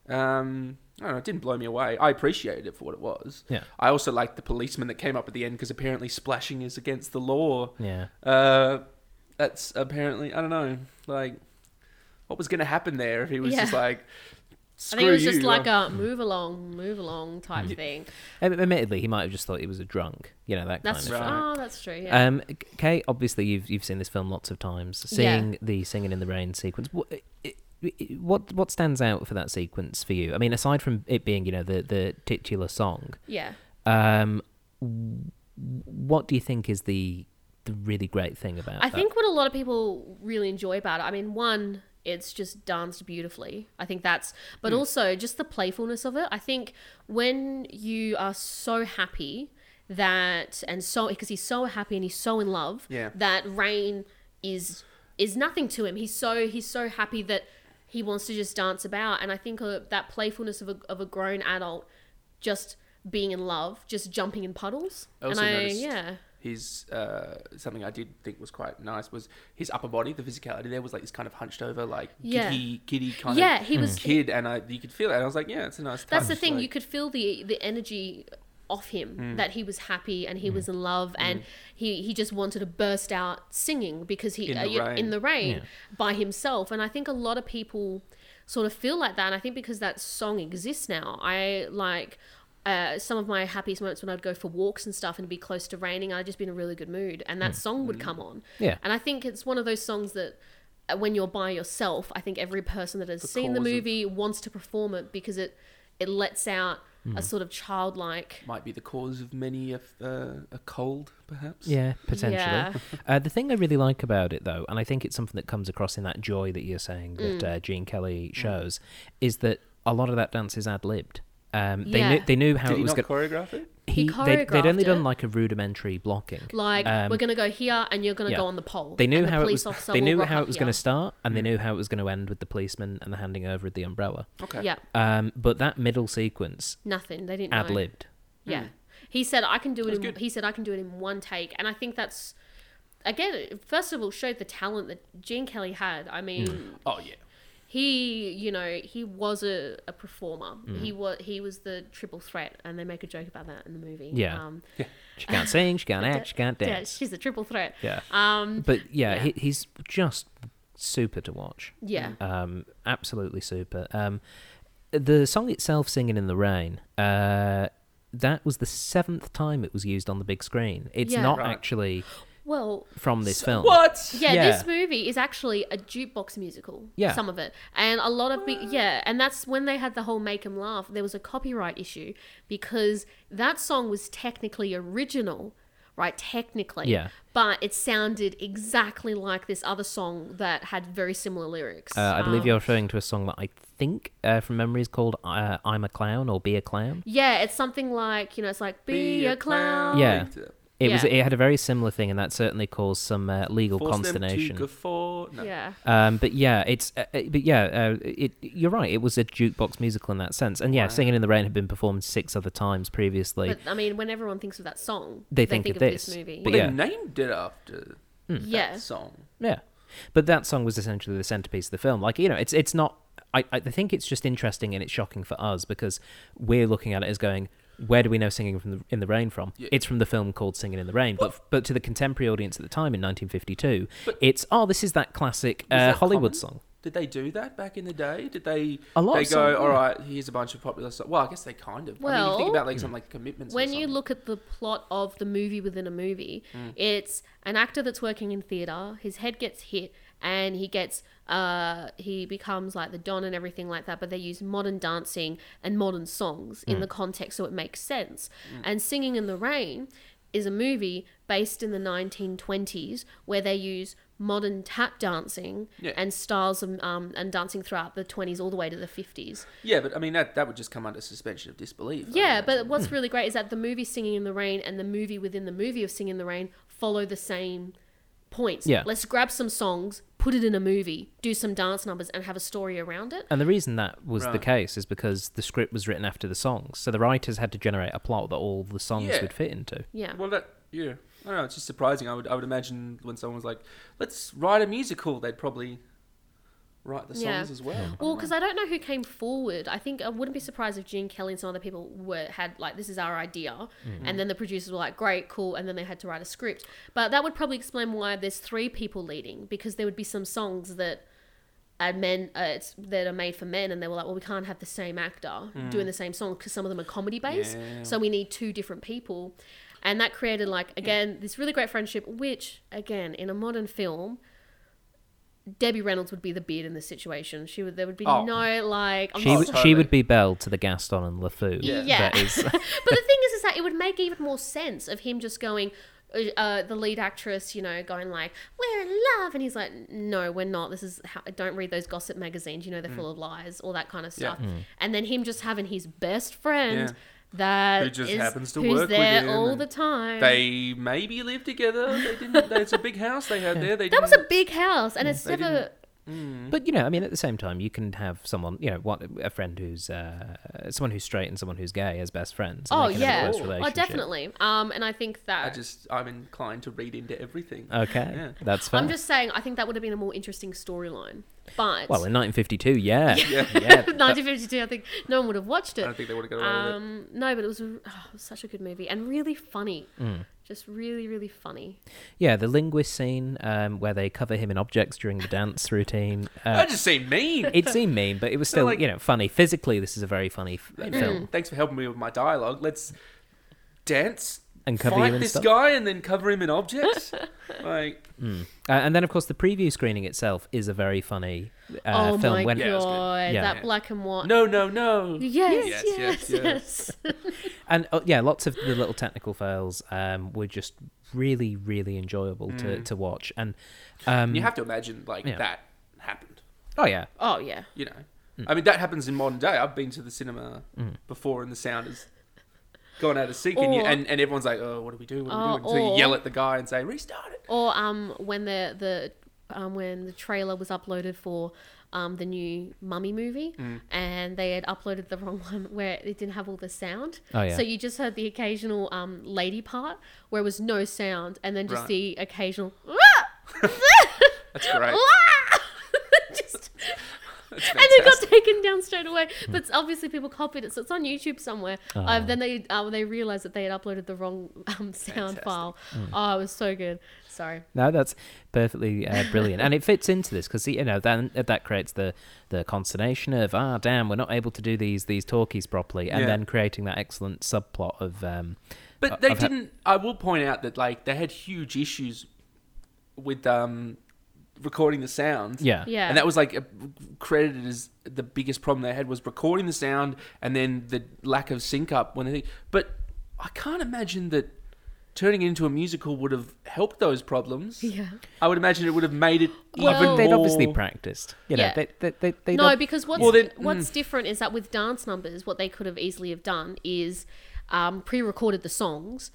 S3: Um, I don't know, it didn't blow me away. I appreciated it for what it was.
S1: Yeah.
S3: I also liked the policeman that came up at the end because apparently splashing is against the law.
S1: Yeah.
S3: Uh, that's apparently I don't know, like what was going to happen there if he was
S2: Yeah.
S3: just like,
S2: I
S3: screw
S2: think it was
S3: you.
S2: just like
S3: I'm-
S2: a move along, move along type thing.
S1: Ad- Admittedly, he might have just thought he was a drunk. You know that
S2: That's
S1: kind of.
S3: Right.
S1: thing.
S2: oh, that's true. Yeah.
S1: Um, Kay, obviously you've you've seen this film lots of times.
S2: Yeah.
S1: Seeing the singing in the rain sequence, what, what what stands out for that sequence for you? I mean, aside from it being you know the the titular song,
S2: yeah.
S1: um, w- what do you think is the the really great thing about
S2: I
S1: that?
S2: think what a lot of people really enjoy about it, I mean, one, it's just danced beautifully. I think that's, but
S3: Hmm.
S2: also just the playfulness of it. I think when you are so happy that, and so, because he's so happy and he's so in love,
S3: Yeah.
S2: that rain is is nothing to him. He's so he's so happy that he wants to just dance about, and I think uh, that playfulness of a of a grown adult just being in love, just jumping in puddles,
S3: I also
S2: and I
S3: noticed
S2: yeah
S3: his uh, something I did think was quite nice was his upper body, the physicality there was like this kind of hunched over, like
S2: Yeah.
S3: giddy, giddy kind
S2: yeah
S3: of
S2: he
S1: Hmm.
S2: was
S3: kid, and I you could feel it. And I was like, yeah, it's a nice.
S2: That's
S3: touch.
S2: the thing.
S3: Like, Mm.
S2: you could feel the the energy off him that he was happy and he was in love and he he just wanted to burst out singing because he
S3: In the
S2: uh, you-
S3: rain.
S2: in the rain
S1: Yeah.
S2: by himself and I think a lot of people sort of feel like that and I think because that song exists now I like uh, some of my happiest moments when I'd go for walks and stuff and it'd be close to raining I'd just be in a really good mood and
S3: Mm.
S2: that song would come on
S1: Yeah.
S2: and I think it's one of those songs that uh, when you're by yourself, I think every person that has seen the
S3: cause of-
S2: movie wants to perform it because it it lets out
S1: Hmm.
S2: a sort of childlike.
S3: might be the cause of many a, uh, a cold, perhaps.
S1: Yeah, potentially.
S2: Yeah.
S1: Uh, the thing I really like about it, though, and I think it's something that comes across in that joy that you're saying that
S2: Mm.
S1: uh, Gene Kelly shows, is that a lot of that dance is ad libbed. Um, they
S2: Yeah.
S1: knew they knew how
S3: Did
S1: it
S3: he
S1: was
S3: not
S1: going.
S3: choreograph it?
S2: He
S1: they, they'd only
S2: choreographed
S1: done
S2: it.
S1: like a rudimentary blocking.
S2: Like
S1: Um,
S2: we're gonna go here and you're gonna
S1: yeah.
S2: go on the pole.
S1: they knew
S2: and the
S1: how it
S2: police
S1: was.
S2: officer
S1: They
S2: will
S1: knew
S2: rock
S1: how
S2: up
S1: it was
S2: here.
S1: going to start, and
S3: Mm.
S1: they knew how it was going to end with the policeman and the handing over of the umbrella.
S3: Okay.
S2: Yeah,
S1: Um, but that middle sequence,
S2: nothing. They didn't know.
S1: ad libbed.
S2: Yeah, he said I can do it.
S3: That's
S2: In,
S3: good.
S2: He said I can do it in one take, and I think that's again. it First of all, showed the talent that Gene Kelly had. I mean,
S1: Hmm.
S3: Oh yeah.
S2: he you know he was a, a performer
S1: Mm.
S2: he was he was the triple threat and they make a joke about that in the movie
S1: Yeah.
S2: um
S1: She can't sing, she can't act, she can't
S2: yeah,
S1: dance.
S2: she's a triple threat
S1: Yeah.
S2: um
S1: But yeah,
S2: Yeah.
S1: He, he's just super to watch.
S2: yeah
S1: Um, absolutely super. Um, the song itself, "Singing in the Rain," uh, that was the seventh time it was used on the big screen. It's
S2: Yeah.
S1: not
S3: Right.
S1: actually
S2: well
S1: from this film.
S3: What?
S2: yeah,
S1: Yeah.
S2: this movie is actually a jukebox musical.
S1: Yeah.
S2: Some of it. And a lot of big, yeah, and that's when they had the whole make 'em laugh. There was a copyright issue because that song was technically original, right? Technically.
S1: Yeah.
S2: But it sounded exactly like this other song that had very similar lyrics.
S1: Uh, I believe
S2: Um,
S1: you're referring to a song that I think, uh, from memory, is called uh, "I'm a Clown" or "Be a Clown."
S2: Yeah, it's something like, you know, it's like, be, a clown.
S1: Yeah. It was.
S2: Yeah.
S1: It had a very similar thing, and that certainly caused some uh, legal
S3: Force
S1: consternation.
S3: them to guffaw. No.
S2: Yeah.
S1: Um, but yeah, it's uh, uh, but yeah, uh, it, you're right. It was a jukebox musical in that sense, and yeah,
S3: Wow.
S1: "Singing in the Rain" had been performed six other times previously.
S2: But I mean, when everyone thinks of that song,
S1: They think of this.
S2: movie.
S1: But
S3: They
S1: yeah.
S3: named it after
S2: yeah.
S3: that song.
S1: yeah, but that song was essentially the centerpiece of the film. Like you know, it's it's not. I I think it's just interesting and it's shocking for us because we're looking at it as going. Where do we know "Singing from the, in the Rain" from?
S3: Yeah.
S1: It's from the film called "Singing in the Rain," but but to the contemporary audience at the time in 1952, it's oh, this is that classic uh,
S3: Was that
S1: Hollywood song.
S3: common? Did they do that back in the day? Did they?
S1: A lot
S3: They
S1: of
S3: go,
S1: some-
S3: all right. Here's a bunch of popular stuff. Well, I guess they kind of. I mean, if you think
S2: Well,
S3: about
S1: Hmm.
S3: like something like commitments. or
S2: when you
S3: something. Mm.
S2: look at the plot of the movie within a movie, it's an actor that's working in theater. His head gets hit, and he gets uh, he becomes like the don and everything like that. But they use modern dancing and modern songs
S3: Mm.
S2: in the context, so it makes sense. And singing in the rain is a movie based in the 1920s where they use modern tap dancing
S3: Yeah.
S2: and styles of, um, and dancing throughout the 20s all the way to the 50s.
S3: Yeah, but I mean that that would just come under suspension of disbelief. I
S2: Yeah,
S3: mean,
S2: but what's really great is that the movie Singing in the Rain and the movie within the movie of Singing in the Rain follow the same points.
S1: Yeah.
S2: Let's grab some songs, put it in a movie, do some dance numbers, and have a story around it.
S1: And the reason that was the
S3: Right.
S1: case is because the script was written after the songs, so the writers had to generate a plot that all the songs
S3: Yeah.
S1: would fit into.
S2: Yeah.
S3: Well, that yeah, I don't know. It's just surprising. I would I would imagine when someone was like, "Let's write a musical," they'd probably write the songs
S2: Yeah.
S3: as well. I
S1: Hmm.
S3: don't
S2: Well,
S3: know.
S2: because I don't know who came forward. I think I wouldn't be surprised if Gene Kelly and some other people were had like this is our idea, and then the producers were like, "Great, cool," and then they had to write a script. But that would probably explain why there's three people leading because there would be some songs that and men uh, it's, that are made for men, and they were like, well, we can't have the same actor doing the same song because some of them are comedy based,
S3: Yeah.
S2: so we need two different people, and that created like again this really great friendship, which again in a modern film. Debbie Reynolds would be the beard in this situation. She would. There would be
S3: Oh.
S2: no like. I'm
S1: She,
S2: so
S1: would she
S3: totally.
S1: would be Belle to the Gaston and LeFou.
S2: yeah.
S1: That is,
S2: but the thing is, is that it would make even more sense of him just going, uh, uh, the lead actress, you know, going like, "We're in love," and he's like, "No, we're not. This is how, don't read those gossip magazines. You know, they're full of lies, all that kind of
S3: Mm. Yeah. Mm.
S2: stuff." And then him just having his best friend
S3: Yeah.
S2: that
S3: Who just
S2: is-
S3: happens to
S2: who's
S3: work with
S2: there
S3: him
S2: all
S3: and
S2: the time.
S3: They maybe live together. They didn't. It's a big house they had there. They
S2: that
S3: didn't,
S2: was a big house, and it's
S3: They
S2: never.
S1: but you know, I mean, at the same time, you can have someone, you know, one, a friend who's uh, someone who's straight and someone who's gay as best friends. and
S2: Oh
S1: they can have a
S2: yeah,
S1: close
S2: oh
S1: relationship.
S2: definitely. Um, and I think that
S3: I just I'm inclined to read into everything.
S1: Okay,
S3: Yeah.
S1: that's fine.
S2: I'm just saying, I think that would have been a more interesting storyline. But
S1: Well, in 1952, yeah, yeah.
S2: 1952, I think no one would have watched
S3: I
S2: it.
S3: don't think they would have got away with it.
S2: Um, no, but it was, a- oh, it was such a good movie and really funny.
S1: Mm.
S2: Just really, really funny.
S1: Yeah, the linguist scene um, where they cover him in objects during the dance routine. Uh,
S3: I just seem mean.
S1: it seemed mean, but it was still,
S3: like- Mm.
S1: you know, funny. Physically, this is a very funny f- film.
S3: Thanks for helping me with my dialogue. Let's dance
S1: And cover
S3: fight
S1: you in
S3: this
S1: stuff.
S3: guy and then cover him in objects. like
S1: Uh, and then, of course, the preview screening itself is a very funny uh,
S2: oh
S1: film.
S2: my
S1: when,
S3: Yeah, it was good.
S2: god,
S1: Yeah.
S2: that
S3: Yeah.
S2: black and white.
S3: no, no, no.
S2: Yes,
S3: Yes, yes,
S2: yes, yes.
S1: And uh, yeah, lots of the little technical fails um, were just really, really enjoyable to, to watch. And um,
S3: Mm. You have to imagine like
S1: Yeah.
S3: that happened.
S1: oh yeah,
S2: oh yeah.
S3: You
S1: Mm.
S3: know, I mean that happens in modern day. I've been to the cinema before, and the sound is. Gone out of sync, and, you,
S2: Or-
S3: and, and everyone's like, "Oh, what do we do? What do
S2: Oh,
S3: we do?" Until you
S2: or-
S3: yell at the guy and say, "Restart it."
S2: Or um, when the the um, when the trailer was uploaded for um, the new Mummy movie,
S3: Mm.
S2: and they had uploaded the wrong one where it didn't have all the sound.
S1: Oh, yeah.
S2: So you just heard the occasional um, lady part where it was no sound, and then just
S3: Right.
S2: the occasional.
S3: That's great.
S2: just
S3: That's
S2: and it
S3: fantastic.
S2: got taken down straight away.
S1: Hmm.
S2: But it's obviously people copied it, so it's on YouTube somewhere.
S1: Oh.
S2: Um, then they uh, they realized that they had uploaded the wrong um, sound
S3: Fantastic.
S2: file.
S1: Hmm.
S2: Oh, it was so good. Sorry.
S1: No, that's perfectly uh, brilliant, and it fits into this because you know then uh, that creates the the consternation of ah damn we're not able to do these these talkies properly, and
S3: Yeah.
S1: then creating that excellent subplot of um, uh,
S3: But they
S1: of ha-
S3: didn't. I will point out that like they had huge issues with um recording the sound.
S1: yeah
S2: Yeah.
S3: And that was like a, credited as the biggest problem they had was recording the sound and then the lack of sync up when they. But I can't imagine that turning it into a musical would have helped those problems.
S2: Yeah.
S3: I would imagine it would have made it
S1: Well,
S3: even
S1: they'd
S3: more.
S1: obviously practiced. You know,
S2: Yeah.
S1: they, they, they, they
S2: no,
S1: ob-
S2: because what's
S3: Well, then- mm.
S2: what's different is that with dance numbers, what they could have easily have done is um, pre-recorded the songs,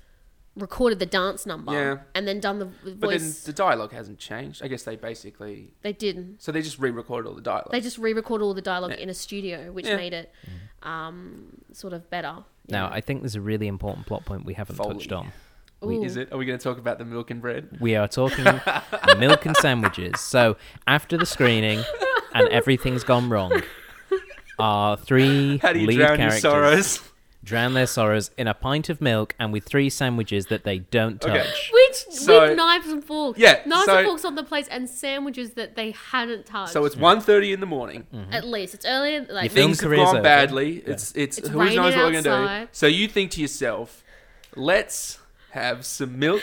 S2: recorded the dance number,
S3: Yeah.
S2: and then done the
S3: But then
S2: voice.
S3: the dialogue hasn't changed. I guess they basically
S2: they didn't.
S3: so they just re-recorded all the dialogue.
S2: They just re-recorded all the dialogue in a studio, which
S3: Yeah.
S2: made it um, sort of better.
S1: now I think there's a really important plot point we haven't
S3: Foley.
S1: touched on.
S2: Ooh.
S3: Is it? Are we going to talk about the milk and bread?
S1: We are talking milk and sandwiches. So after the screening and everything's gone wrong, our three
S3: How do you
S1: lead
S3: drown your
S1: characters
S3: sorrows?
S1: drown their sorrows in a pint of milk and with three sandwiches that they don't touch.
S3: Okay.
S2: Which
S3: So-
S2: with knives and forks.
S3: Yeah,
S2: Knives
S3: so-
S2: and forks on the plates and sandwiches that they hadn't touched.
S3: So it's 1.30 in the morning.
S1: Mm-hmm.
S2: at least it's earlier like
S1: Film
S3: Things have
S1: career's
S3: gone
S1: over.
S3: badly. It's it's,
S2: It's
S3: who knows what
S2: raining
S3: we're gonna do.
S2: outside.
S3: So you think to yourself, let's have some milk,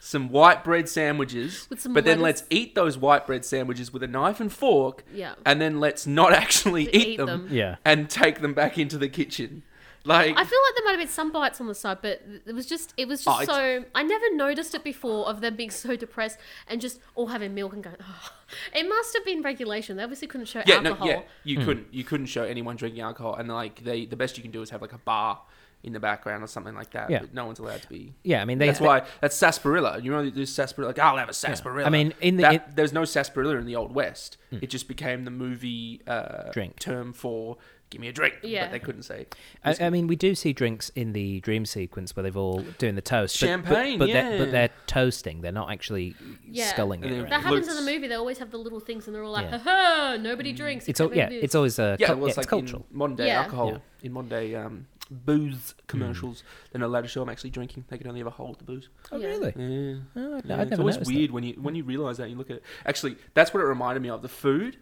S3: some white bread sandwiches,
S2: With some
S3: but then
S2: lettuce.
S3: let's eat those white bread sandwiches with a knife and fork.
S2: Yeah.
S3: And then let's not actually
S2: To
S3: eat,
S2: eat
S3: them,
S2: them.
S1: Yeah.
S3: and take them back into the kitchen. Like
S2: I feel like there might have been some bites on the side, but it was just it was
S3: Oh,
S2: just
S3: it's-
S2: so I never noticed it before of them being so depressed and just all having milk and going. Oh. It must have been regulation. They obviously couldn't show
S3: yeah,
S2: alcohol.
S3: no, yeah.
S1: Hmm.
S3: You couldn't you couldn't show anyone drinking alcohol, and like they the best you can do is have like a bar in the background or something like that.
S1: Yeah.
S3: But no one's allowed to be.
S1: Yeah, I mean they.
S3: that's why that's sarsaparilla. You know, there's sarsaparilla. Like, I'll have a sarsaparilla.
S1: I mean, in the-
S3: That-
S1: in- Hmm.
S3: there's no sarsaparilla in the old west. It just became the movie uh,
S1: Drink.
S3: term for give me a drink.
S2: Yeah.
S3: but they couldn't say.
S1: I, I mean, we do see drinks in the dream sequence where they've all doing the toast. but- but-
S3: Champagne,
S1: but, they're,
S3: yeah.
S1: but they're toasting. They're not actually
S2: Yeah.
S1: sculling
S3: And
S1: it.
S3: then-
S1: Right?
S2: That happens in
S3: Glutes.
S2: the movie. They always have the little things, and they're all like,
S1: Yeah.
S2: "Ha ha!
S3: Mm.
S2: Nobody drinks."
S1: It's all
S2: except
S1: yeah.
S2: for the
S1: It's always a
S3: Yeah,
S1: cul-
S3: well, it's
S1: yeah,
S3: like
S1: it's cultural.
S3: in modern day
S2: Yeah.
S3: alcohol,
S1: Yeah. Hmm.
S3: in modern day um, booze commercials, they're not allowed to show them actually drinking. They can only ever hold the booze.
S1: Oh
S2: Yeah.
S1: really?
S3: Yeah.
S1: Oh, I'd-
S3: Yeah,
S1: I'd
S3: it's
S1: never
S3: always
S1: noticed that.
S3: weird when you when you realize that and you look at it. Actually, that's what it reminded me of. The food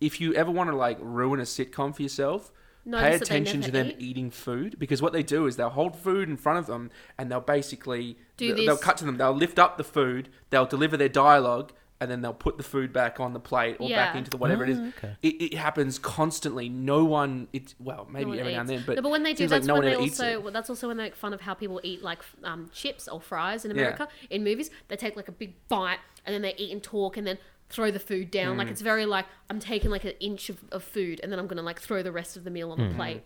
S3: if you ever want to like ruin a sitcom for yourself,
S2: Notice
S3: pay
S2: that they
S3: attention to
S2: never
S3: them
S2: eat?
S3: eating food because what they do is they'll hold food in front of them and they'll basically
S2: Do
S3: th- they'll
S2: this.
S3: cut to them. They'll lift up the food, they'll deliver their dialogue, and then they'll put the food back on the plate or back
S2: Yeah. Mm.
S3: into the whatever it is.
S1: Oh, okay.
S3: It, it happens constantly. No one, it's well maybe
S2: No one
S3: every now and then,
S2: eats.
S3: but
S2: no, but when they do,
S3: seems
S2: that's
S3: like no
S2: when
S3: one
S2: they
S3: ever eats
S2: also
S3: it.
S2: well, that's also when they make fun of how people eat like f- um, chips or fries in
S3: Yeah.
S2: America in movies. They take like a big bite and then they eat and talk and then throw the food down. Like
S3: Mm.
S2: it's very like I'm taking like an inch of, of food and then I'm gonna like throw the rest of the meal on
S3: Mm-hmm.
S2: the plate.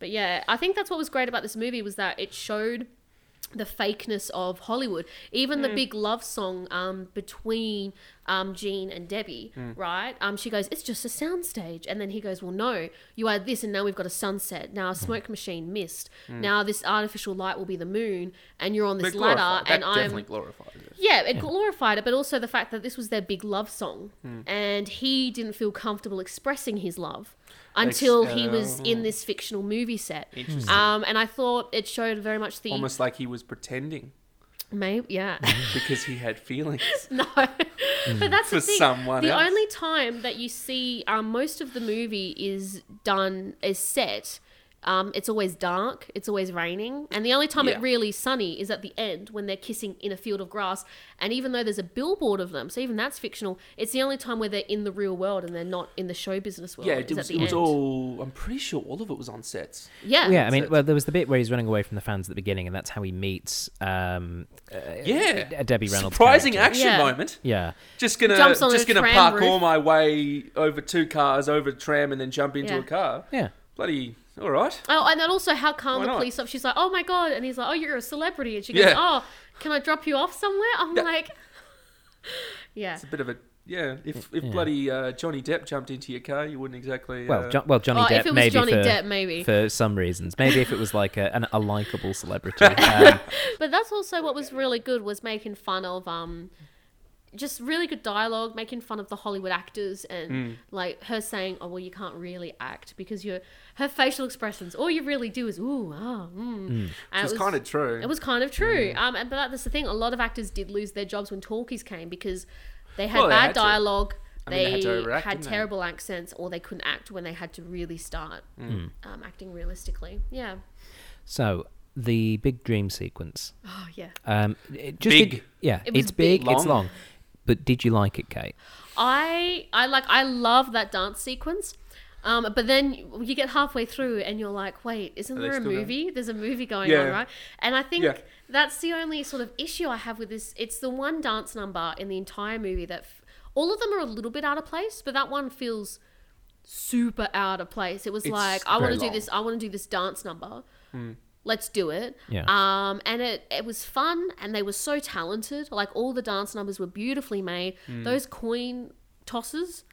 S2: But yeah, I think that's what was great about this movie was that it showed the fakeness of Hollywood. Even
S3: Mm.
S2: the big love song um, between um, Gene and Debbie,
S3: Mm.
S2: right? Um, she goes, "It's just a soundstage," and then he goes, "Well, no, you had this, and now we've got a sunset. Now
S3: Mm.
S2: a smoke machine mist. Now this artificial light will be the moon, and you're on
S3: They
S2: this
S3: glorify-
S2: ladder,
S3: that
S2: and
S3: definitely
S2: I'm."
S3: glorifies it.
S2: Yeah, it glorified it, but also the fact that this was their big love song,
S3: Mm.
S2: and he didn't feel comfortable expressing his love until he was
S3: uh,
S2: in
S3: mm.
S2: this fictional movie set.
S3: Interesting.
S2: Um, and I thought it showed very much the
S3: Almost like he was pretending
S2: Maybe, yeah.
S3: because he had feelings.
S2: no,
S1: Mm.
S2: but that's
S3: For
S2: the thing.
S3: someone
S2: the
S3: else.
S2: only time that you see um, most of the movie is done is set. Um, it's always dark. It's always raining, and the only time
S3: Yeah.
S2: it really sunny is at the end when they're kissing in a field of grass. And even though there's a billboard of them, so even that's fictional. It's the only time where they're in the real world and they're not in the show business world.
S3: Yeah,
S2: is
S3: it
S2: at
S3: was,
S2: the
S3: it was
S2: end.
S3: all. I'm pretty sure all of it was on sets.
S2: Yeah,
S1: Yeah, I mean,
S3: That's it.
S1: well, there was the bit where he's running away from the fans at the beginning, and that's how he meets um, uh,
S3: Yeah.
S1: uh, Debbie Reynolds.
S3: Surprising
S1: character.
S3: action
S2: Yeah.
S3: moment.
S1: Yeah,
S3: Just gonna
S2: Jumps on
S3: just
S2: a
S3: gonna
S2: tram
S3: parkour
S2: roof.
S3: my way over two cars, over a tram, and then jump into
S2: Yeah.
S3: a car.
S1: yeah.
S3: Bloody all right.
S2: Oh, and then also how calm
S3: Why
S2: the
S3: not?
S2: police officer. She's like, "Oh my god," and he's like, "Oh, you're a celebrity," and she goes,
S3: Yeah.
S2: "Oh, can I drop you off somewhere?" I'm
S3: Yeah.
S2: like, "Yeah,
S3: It's a bit of a yeah. If if bloody uh, Johnny Depp jumped into your car, you wouldn't exactly.
S1: Well,
S3: uh,
S1: jo- well, Johnny
S2: Oh,
S1: Depp
S2: if it was
S1: maybe
S2: Johnny
S1: for
S2: Depp, maybe.
S1: for some reasons. Maybe if it was like a, an, a likable celebrity. Um,
S2: But that's also what was really good was making fun of um just really good dialogue, making fun of the Hollywood actors and
S3: Mm.
S2: like her saying, "Oh well, you can't really act because you're her facial expressions. All you really do is ooh, ah, mm. And
S3: so it's kind of true.
S2: it was kind of true.
S3: Mm.
S2: Um, and, but that's the thing. A lot of actors did lose their jobs when talkies came because they had
S3: Well, they
S2: bad
S3: had to.
S2: dialogue.
S3: I mean,
S2: they
S3: they had to overact,
S2: had
S3: didn't they?
S2: terrible accents, or they couldn't act when they had to really start
S3: Mm.
S2: um, acting realistically. Yeah.
S1: so the big dream sequence.
S2: Oh yeah.
S1: Um, it just
S3: Big.
S1: did- yeah,
S2: It was
S1: it's big,
S2: big.
S1: it's
S3: Long.
S1: long. But did you like it, Kate?
S2: I I like I love that dance sequence. Um, but then you- you get halfway through and you're like, wait, isn't
S3: Are they
S2: there a
S3: still going?
S2: movie? There's a movie going on,
S3: Yeah.
S2: right? And I think
S3: Yeah.
S2: that's the only sort of issue I have with this. It's the one dance number in the entire movie that f- all of them are a little bit out of place, but that one feels super out of place. It was
S3: It's
S2: like, I want
S3: very
S2: to do
S3: long. Mm.
S2: this, I want to do this dance number. Let's do it.
S1: Yeah.
S2: Um, and it, it was fun, and they were so talented. Like all the dance numbers were beautifully made.
S3: Mm.
S2: Those coin tosses,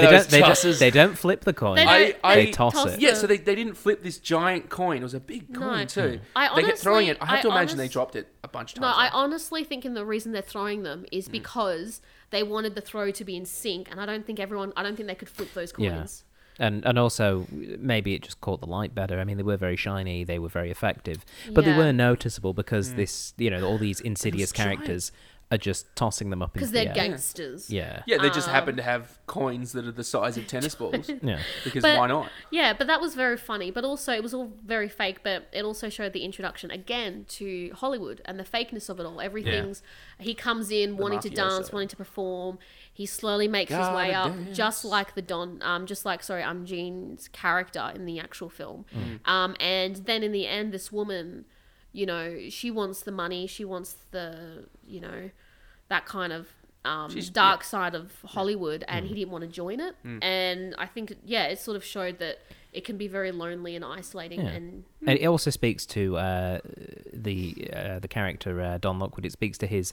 S1: they
S3: those
S1: don't. They,
S3: tusks.
S1: don't, they don't flip the coin.
S2: They
S3: I-
S2: don't-
S3: I- They
S1: toss it.
S3: Yeah, so they, they didn't flip this giant coin. It was a big coin too.
S2: I
S3: they kept throwing
S2: honestly-
S3: it. I have
S2: I
S3: to imagine they
S2: honest-
S3: dropped it a bunch of
S2: No,
S3: times.
S2: I honestly think in the reason they're throwing them is
S3: Mm.
S2: because they wanted the throw to be in sync, and I don't think everyone, I don't think they could flip those
S1: Yeah.
S2: coins.
S1: and and also maybe it just caught the light better. I mean, they were very shiny, they were very effective, but
S2: Yeah.
S1: they were noticeable because this, you know, all these insidious characters are just tossing them up into
S2: Because they're
S1: the air.
S2: gangsters.
S1: Yeah,
S3: yeah, they
S2: um,
S3: just happened to have coins that are the size of tennis balls.
S1: yeah.
S3: Because
S2: But-
S3: why not?
S2: Yeah, but that was very funny. But also, it was all very fake. But it also showed the introduction again to Hollywood and the fakeness of it all. Everything's he comes in wanting to
S3: mafioso.
S2: dance, wanting to perform. He slowly makes his
S3: Gotta
S2: way up,
S3: dance.
S2: just like the Don, um, just like sorry, um, Jean's character in the actual film.
S3: Mm.
S2: Um, and then in the end, this woman, you know, she wants the money, she wants the, you know, that kind of. Um,
S3: She's- yeah. Mm.
S2: dark side of Hollywood and he didn't want to join it. And I think, yeah, it sort of showed that it can be very lonely and isolating.
S1: Yeah.
S2: And
S1: And it also speaks to uh, the uh, the character uh, Don Lockwood. It speaks to his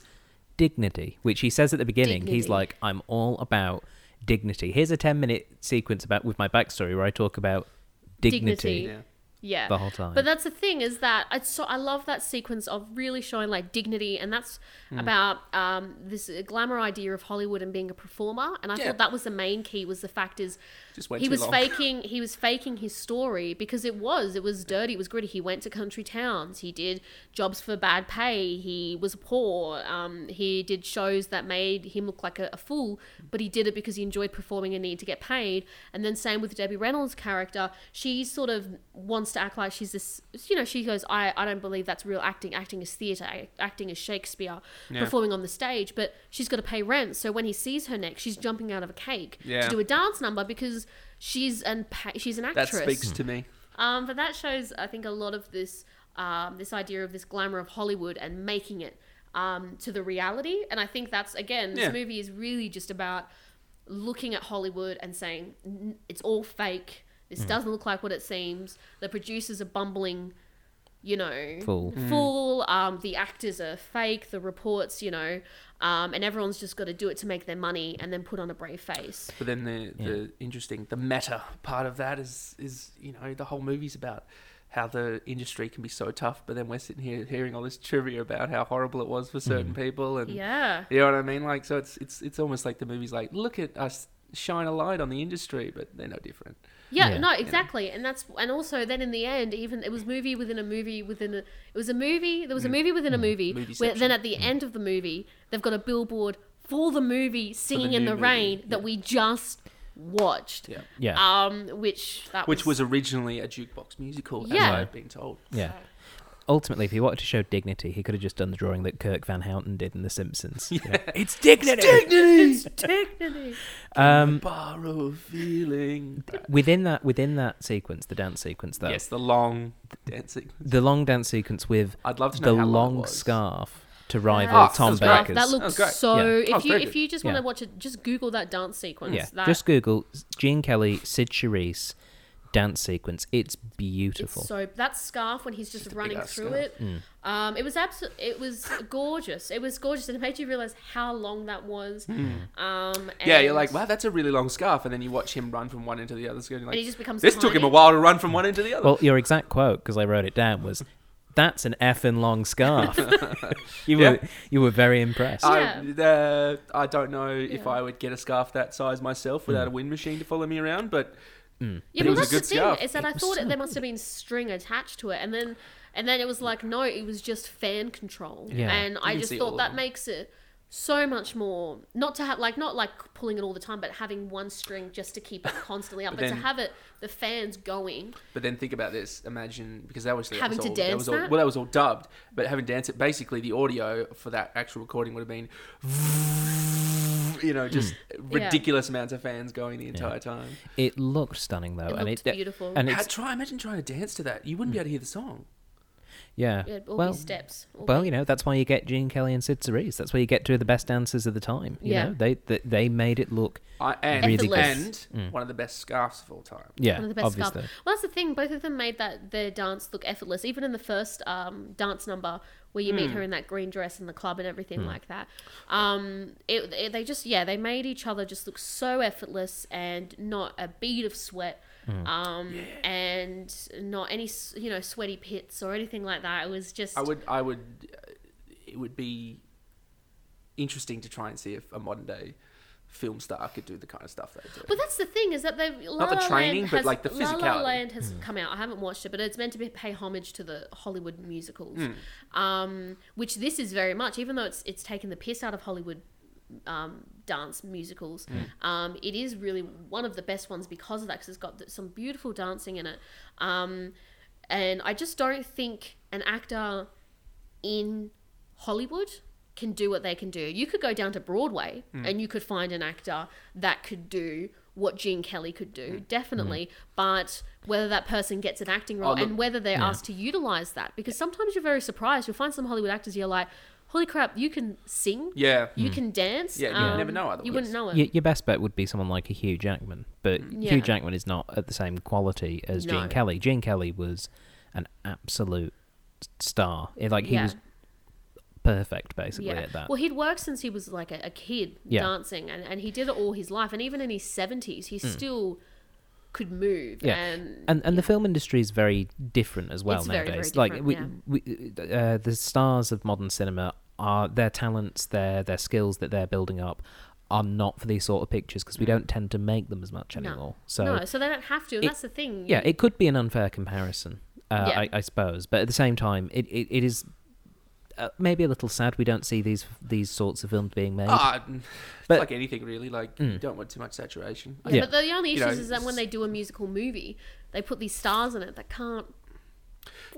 S1: dignity, which he says at the beginning. He's
S2: Dignity.
S1: like, "I'm all about dignity." Here's a ten minute sequence about with my backstory where I talk about dignity,
S2: Dignity.
S3: Yeah.
S2: yeah
S1: the whole time.
S2: But that's the thing is that I so I love that sequence of really showing like dignity, and that's
S3: Mm.
S2: about um, this glamour idea of Hollywood and being a performer. And I
S3: Yeah.
S2: thought that was the main key was the fact is
S3: Just went
S2: he
S3: too
S2: was
S3: long.
S2: faking he was faking his story because it was it was dirty, it was gritty. He went to country towns, he did jobs for bad pay, he was poor, um, he did shows that made him look like a, a fool, but he did it because he enjoyed performing and needed to get paid. And then same with Debbie Reynolds' character, she sort of wants to act like she's this you know she goes i, I don't believe that's real acting acting is theatre acting is shakespeare
S3: Yeah.
S2: performing on the stage but she's got to pay rent so when he sees her next she's jumping out of a cake
S3: Yeah.
S2: to do a dance number because she's an pa- she's an
S3: That
S2: actress
S3: speaks to me.
S2: um, but that shows, I think, a lot of this um, this idea of this glamour of Hollywood and making it um, to the reality. And I think that's again, this
S3: Yeah.
S2: movie is really just about looking at Hollywood and saying "N- it's all fake. This
S3: Mm.
S2: doesn't look like what it seems. The producers are bumbling. You know,
S1: Fool.
S3: Mm.
S2: full. Um, the actors are fake. The reports, you know, um, and everyone's just got to do it to make their money and then put on a brave face.
S3: But then the the interesting, the meta part of that is is you know the whole movie's about how the industry can be so tough, but then we're sitting here hearing all this trivia about how horrible it was for
S1: Mm-hmm.
S3: certain people, and
S2: Yeah.
S3: you know what I mean. Like so, it's it's it's almost like the movie's like, look at us shine a light on the industry, but they're no different.
S2: Yeah,
S1: Yeah.
S2: no, exactly, and that's and also then in the end, even it was movie within a movie within a it was a movie there was a movie
S1: Mm.
S2: within a movie.
S3: Mm. Movie
S2: where
S3: section.
S2: then at the end of the movie, they've got a billboard for the movie "Singing in
S3: new
S2: the
S3: movie,
S2: Rain" that
S3: yeah.
S2: we just watched.
S3: Yeah.
S1: yeah,
S2: Um, which that
S3: Which was originally a jukebox musical, as
S2: Yeah.
S3: I've been told.
S1: yeah. Ultimately, if he wanted to show dignity, he could have just done the drawing that Kirk Van Houten did in The Simpsons. you know, it's dignity.
S2: technically
S1: um,
S3: Borrow a feeling.
S1: within that, within that sequence, the dance sequence, though,
S3: Yes, the long dancing.
S1: the long dance sequence with
S3: I'd love to know
S1: the
S3: how long it
S1: long
S3: was.
S1: scarf to rival
S3: Ah,
S1: Tom
S3: that's right.
S1: Baker's.
S2: that
S3: That was
S2: looks
S3: Oh, great.
S2: so.
S1: Yeah.
S3: That was
S2: If you
S3: very
S2: if you just want
S1: Yeah.
S2: to watch it, just Google that dance sequence.
S1: yeah,
S2: that,
S1: just Google Gene Kelly, Sid Charisse dance sequence. It's beautiful.
S2: It's so that scarf when he's just,
S3: Just a
S2: running
S3: big-ass
S2: through
S3: scarf.
S2: it.
S1: Mm.
S2: Um, it was absolutely. It was gorgeous. It was gorgeous, and it made you realize how long that was.
S1: Mm.
S2: Um, and
S3: Yeah, you're like, wow, that's a really long scarf, and then you watch him run from one end to the other. So you're like,
S2: And he just becomes
S3: this took him a
S2: tiny.
S3: while to run from one end to the other.
S1: Well, your exact quote, because I wrote it down, was, "That's an effing long scarf." you were you were very impressed.
S3: I, uh, I don't know if
S2: Yeah.
S3: I would get a scarf that size
S1: Hmm.
S3: myself without a wind machine to follow me around, but
S2: Yeah,
S3: But it
S2: but
S3: was
S2: that's
S3: a
S2: the
S3: good
S2: thing
S3: scarf.
S2: is that
S1: It
S2: I
S1: was
S2: thought
S1: so
S2: it, there must have been string attached to it, and then and then it was like no, it was just fan control,
S1: Yeah.
S2: and I
S3: can
S2: just
S3: see all
S2: thought
S3: of
S2: that
S3: them.
S2: makes it so much more not to have like not like pulling it all the time, but having one string just to keep it constantly up,
S3: But
S2: but,
S3: then-
S2: to have it the fans going.
S3: but then think about this. Imagine because that was
S2: Having
S3: that was
S2: to
S3: all, that
S2: dance
S3: was all,
S2: that?
S3: well, that was all dubbed, but having dance it basically the audio for that actual recording would have been, you know, just
S1: Hmm.
S3: ridiculous amounts of fans going the entire time.
S1: It looked stunning though,
S2: It
S1: and
S2: looked
S1: it
S2: beautiful.
S1: And
S3: How,
S1: it's Hmm.
S3: try imagine trying to dance to that. You wouldn't be able to hear the song.
S1: yeah.
S2: Yeah, all
S1: well,
S2: these steps. all
S1: well, you know that's why you get Gene Kelly and Sid Cerise. That's why you get two of the best dancers of the time. You
S2: Yeah.
S1: know they, they they made it look
S3: I, and
S1: Really good. Mm.
S3: and one of the best scarves of all time.
S1: yeah
S2: one of the best
S1: obviously.
S2: scarves. Well, that's the thing. Both of them made that their dance look effortless. Even in the first um, dance number, where you
S1: Hmm.
S2: meet her in that green dress in the club and everything like that, um, it, it- they just yeah they made each other just look so effortless and not a bead of sweat,
S1: Hmm.
S2: um, and not any s- you know sweaty pits or anything like that. It was just
S3: I would, I would, uh, it would be interesting to try and see if a modern day film star could do the kind of stuff they do.
S2: But that's the thing is that they've La
S3: the
S2: La
S3: training,
S2: Land
S3: but,
S2: has,
S3: like, the
S2: La La
S3: physicality. Hmm.
S2: Land has come out. I haven't watched it, but it's meant to be pay homage to the Hollywood musicals,
S3: Hmm.
S2: um, which this is very much. Even though it's it's taken the piss out of Hollywood um, dance musicals,
S3: Hmm.
S2: um, it is really one of the best ones because of that. Because it's got th- some beautiful dancing in it, um, and I just don't think an actor in Hollywood can do what they can do. You could go down to Broadway
S3: Hmm.
S2: and you could find an actor that could do what Gene Kelly could
S3: Hmm.
S2: do, definitely. But whether that person gets an acting role
S3: look-
S2: and whether they're asked to utilize that, because sometimes you're very surprised. You'll find some Hollywood actors, you're like, holy crap, you can sing,
S3: Yeah, Hmm.
S2: you can dance. um,
S3: Yeah, you'd never know
S2: You
S3: otherwise.
S2: wouldn't know it.
S1: Y- your best bet would be someone like a Hugh Jackman, but
S2: Mm, Yeah.
S1: Hugh Jackman is not at the same quality as
S2: No.
S1: Gene Kelly. Gene Kelly was an absolute s- star. It- Like he
S2: Yeah.
S1: was perfect basically
S2: Yeah.
S1: at that.
S2: Well, he'd worked since he was like a, a kid
S1: Yeah.
S2: dancing, and, and he did it all his life. And even in his 70s, he still could move.
S1: Hmm. Yeah.
S2: And,
S1: and and the film industry is very different as well
S2: It's very, very
S1: nowadays. like
S2: different,
S1: we, we uh, the stars of modern cinema are their talents, their their skills that they're building up are not for these sort of pictures because we don't tend to make them as much
S2: No.
S1: anymore. So
S2: no, so they don't have to. And
S1: it-
S2: that's the thing.
S1: yeah, it could be an unfair comparison, uh,
S2: Yeah.
S1: I, I suppose. But at the same time, it it, it is. Uh, maybe a little sad we don't see these these sorts of films being made.
S3: Ah, n-
S1: But- Mm.
S3: it's like anything really. Like you don't want too much saturation.
S2: Yeah,
S1: Yeah.
S2: But the only
S3: You
S2: issue
S3: know,
S2: is that when
S3: it's-
S2: they do a musical movie, they put these stars in it that can't.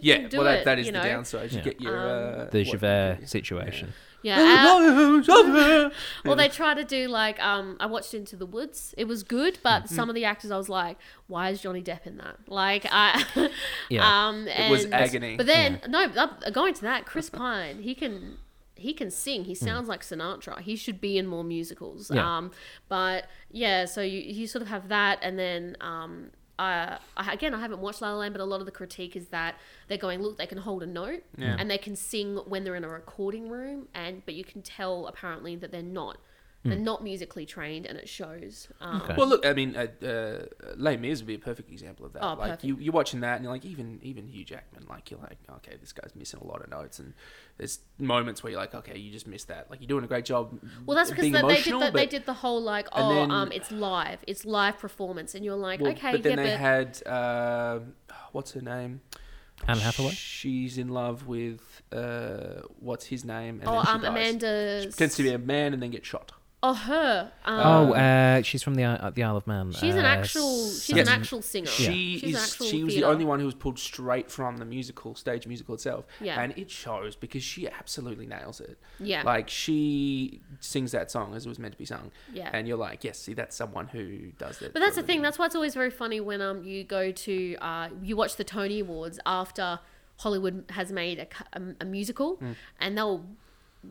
S3: Yeah,
S2: do
S3: well that,
S2: it,
S3: that is
S2: you
S3: the
S2: know? Um,
S3: downside. You
S1: Yeah.
S3: get your uh,
S1: the
S3: what-
S1: Javert situation.
S2: Yeah. uh,
S3: Javert.
S2: well, they try to do like um, I watched Into the Woods. It was good, but
S1: Mm-hmm.
S2: some of the actors I was like, why is Johnny Depp in that? Like I.
S1: Yeah.
S2: Um,
S3: It was
S2: and-
S3: agony.
S2: But then no, that, going to that, Chris Pine, he can. He can sing.
S3: Hmm.
S2: He sounds like Sinatra. He should be in more musicals.
S1: Yeah.
S2: Um, but yeah, so you, you sort of have that, and then um, I, I again I haven't watched La La Land, but a lot of the critique is that they're going, look, they can hold a note
S3: Yeah.
S2: and they can sing when they're in a recording room, and but you can tell apparently that they're not,
S3: Hmm.
S2: they're not musically trained, and it shows. Um,
S1: Okay.
S3: Well, look, I mean, uh, uh, Les Mis would be a perfect example of that.
S2: Oh,
S3: like
S2: perfect.
S3: you, you're watching that, and you're like, even even Hugh Jackman, like you're like, okay, this guy's missing a lot of notes, and there's moments where you're like, okay, you just missed that. Like you're doing a great job.
S2: Well, that's because
S3: being
S2: they, they did
S3: emotional,
S2: the, they
S3: but-
S2: did the whole like,
S3: and
S2: oh,
S3: then-
S2: um, it's live, it's live performance, and you're like,
S3: well,
S2: okay,
S3: but then
S2: yeah,
S3: they
S2: but
S3: had uh, what's her name?
S1: Anne Hathaway.
S3: She's in love with uh, what's his name? And
S2: oh,
S3: then she
S2: um,
S3: dies.
S2: Amanda
S3: She pretends to be a man and then gets shot.
S2: oh, her, um,
S1: oh, uh, she's from the I- uh, the Isle of Man.
S2: she's an
S1: Uh,
S2: actual, she's
S1: Sam-
S2: an actual singer.
S3: She
S2: She's an
S3: is.
S2: actual
S3: She was the
S2: theatre.
S3: only one who was pulled straight from the musical, stage musical itself.
S2: Yeah.
S3: And it shows because she absolutely nails it.
S2: Yeah.
S3: Like she sings that song as it was meant to be sung.
S2: Yeah.
S3: And you're like, yes, see, that's someone who does that.
S2: But that's
S3: for
S2: the
S3: a
S2: thing.
S3: living.
S2: That's why it's always very funny when um you go to uh you watch the Tony Awards after Hollywood has made a, cu- a- a musical,
S3: Hmm.
S2: and they'll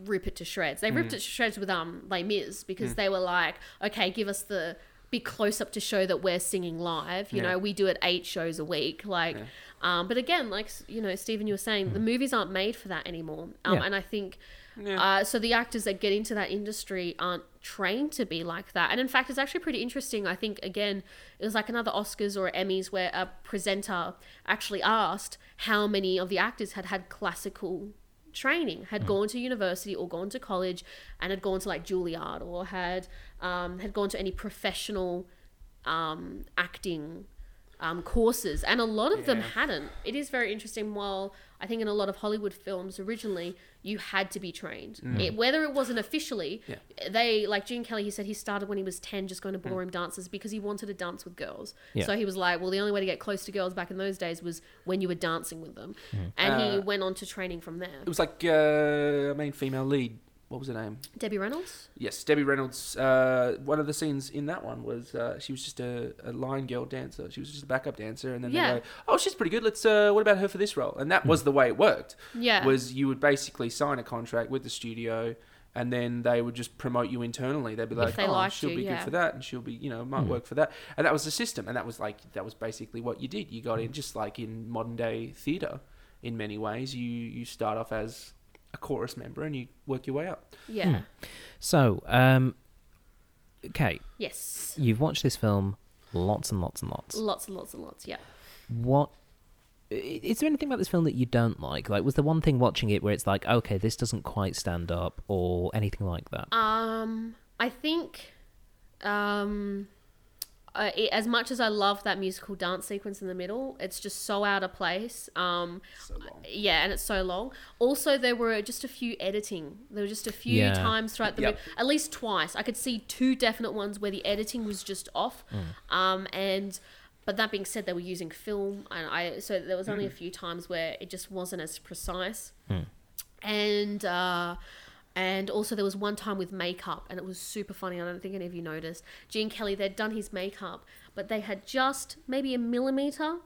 S2: rip it to shreds. They ripped it to shreds with um Les Mis because
S3: Hmm.
S2: they were like, okay, give us the big close up to show that we're singing live. You
S3: Yeah.
S2: know, we do it eight shows a week. Like, um, but again, like s- you know, Stephen, you were saying
S3: Hmm.
S2: the movies aren't made for that anymore. Um,
S1: Yeah.
S2: and I think.
S3: Yeah.
S2: Uh, so the actors that get into that industry aren't trained to be like that. And in fact, it's actually pretty interesting. I think again, it was like another Oscars or Emmys where a presenter actually asked how many of the actors had had classical training, had gone to university or gone to college, and had gone to like Juilliard or had um, had gone to any professional um, acting um, courses, and a lot of them
S3: Yeah.
S2: hadn't. It is very interesting. While I think in a lot of Hollywood films originally, you had to be trained, it, whether it wasn't officially.
S3: Mm. Yeah. Mm.
S2: They like Gene Kelly. He said he started when he was ten, just going to ballroom dances because he wanted to dance with girls.
S1: Yeah.
S2: So he was like, well, the only way to get close to girls back in those days was when you were dancing with them, and he
S3: Uh,
S2: went on to training from there.
S3: It was like uh, main female lead. What was her name?
S2: Debbie Reynolds.
S3: Yes, Debbie Reynolds. Uh, one of the scenes in that one was uh, she was just a, a line girl dancer. She was just a backup dancer, and then
S2: Yeah.
S3: they go, "Oh, she's pretty good. Let's. Uh, what about her for this role?" And that was the way it worked.
S2: Yeah.
S3: Was you would basically sign a contract with the studio, and then they would just promote you internally. They'd be like,
S2: they
S3: "Oh,
S2: liked
S3: she'll
S2: you,
S3: be
S2: yeah.
S3: good for that, and she'll be, you know, might work for that." And that was the system, and that was like that was basically what you did. You got in just like in modern day theater. In many ways, you you start off as a chorus member and you work your way up.
S2: Yeah.
S1: So, um, okay,
S2: Yes.
S1: you've watched this film lots and lots and lots.
S2: Lots and lots and lots. Yeah.
S1: What i- is there anything about this film that you don't like? Like, was there one thing watching it where it's like, okay, this doesn't quite stand up, or anything like that?
S2: Um, I think, um, I it, as much as I love that musical dance sequence in the middle, it's just so out of place. Um,
S3: So long.
S2: yeah, and it's so long. Also, there were just a few editing. There were just a few
S1: Yeah.
S2: times throughout the
S3: Yep.
S2: movie, at least twice. I could see two definite ones where the editing was just off. Um, and but that being said, they were using film, and I so there was only a few times where it just wasn't as precise. And uh, and also there was one time with makeup, and it was super funny. I don't think any of you noticed. Gene Kelly, they'd done his makeup, but they had just maybe a millimeter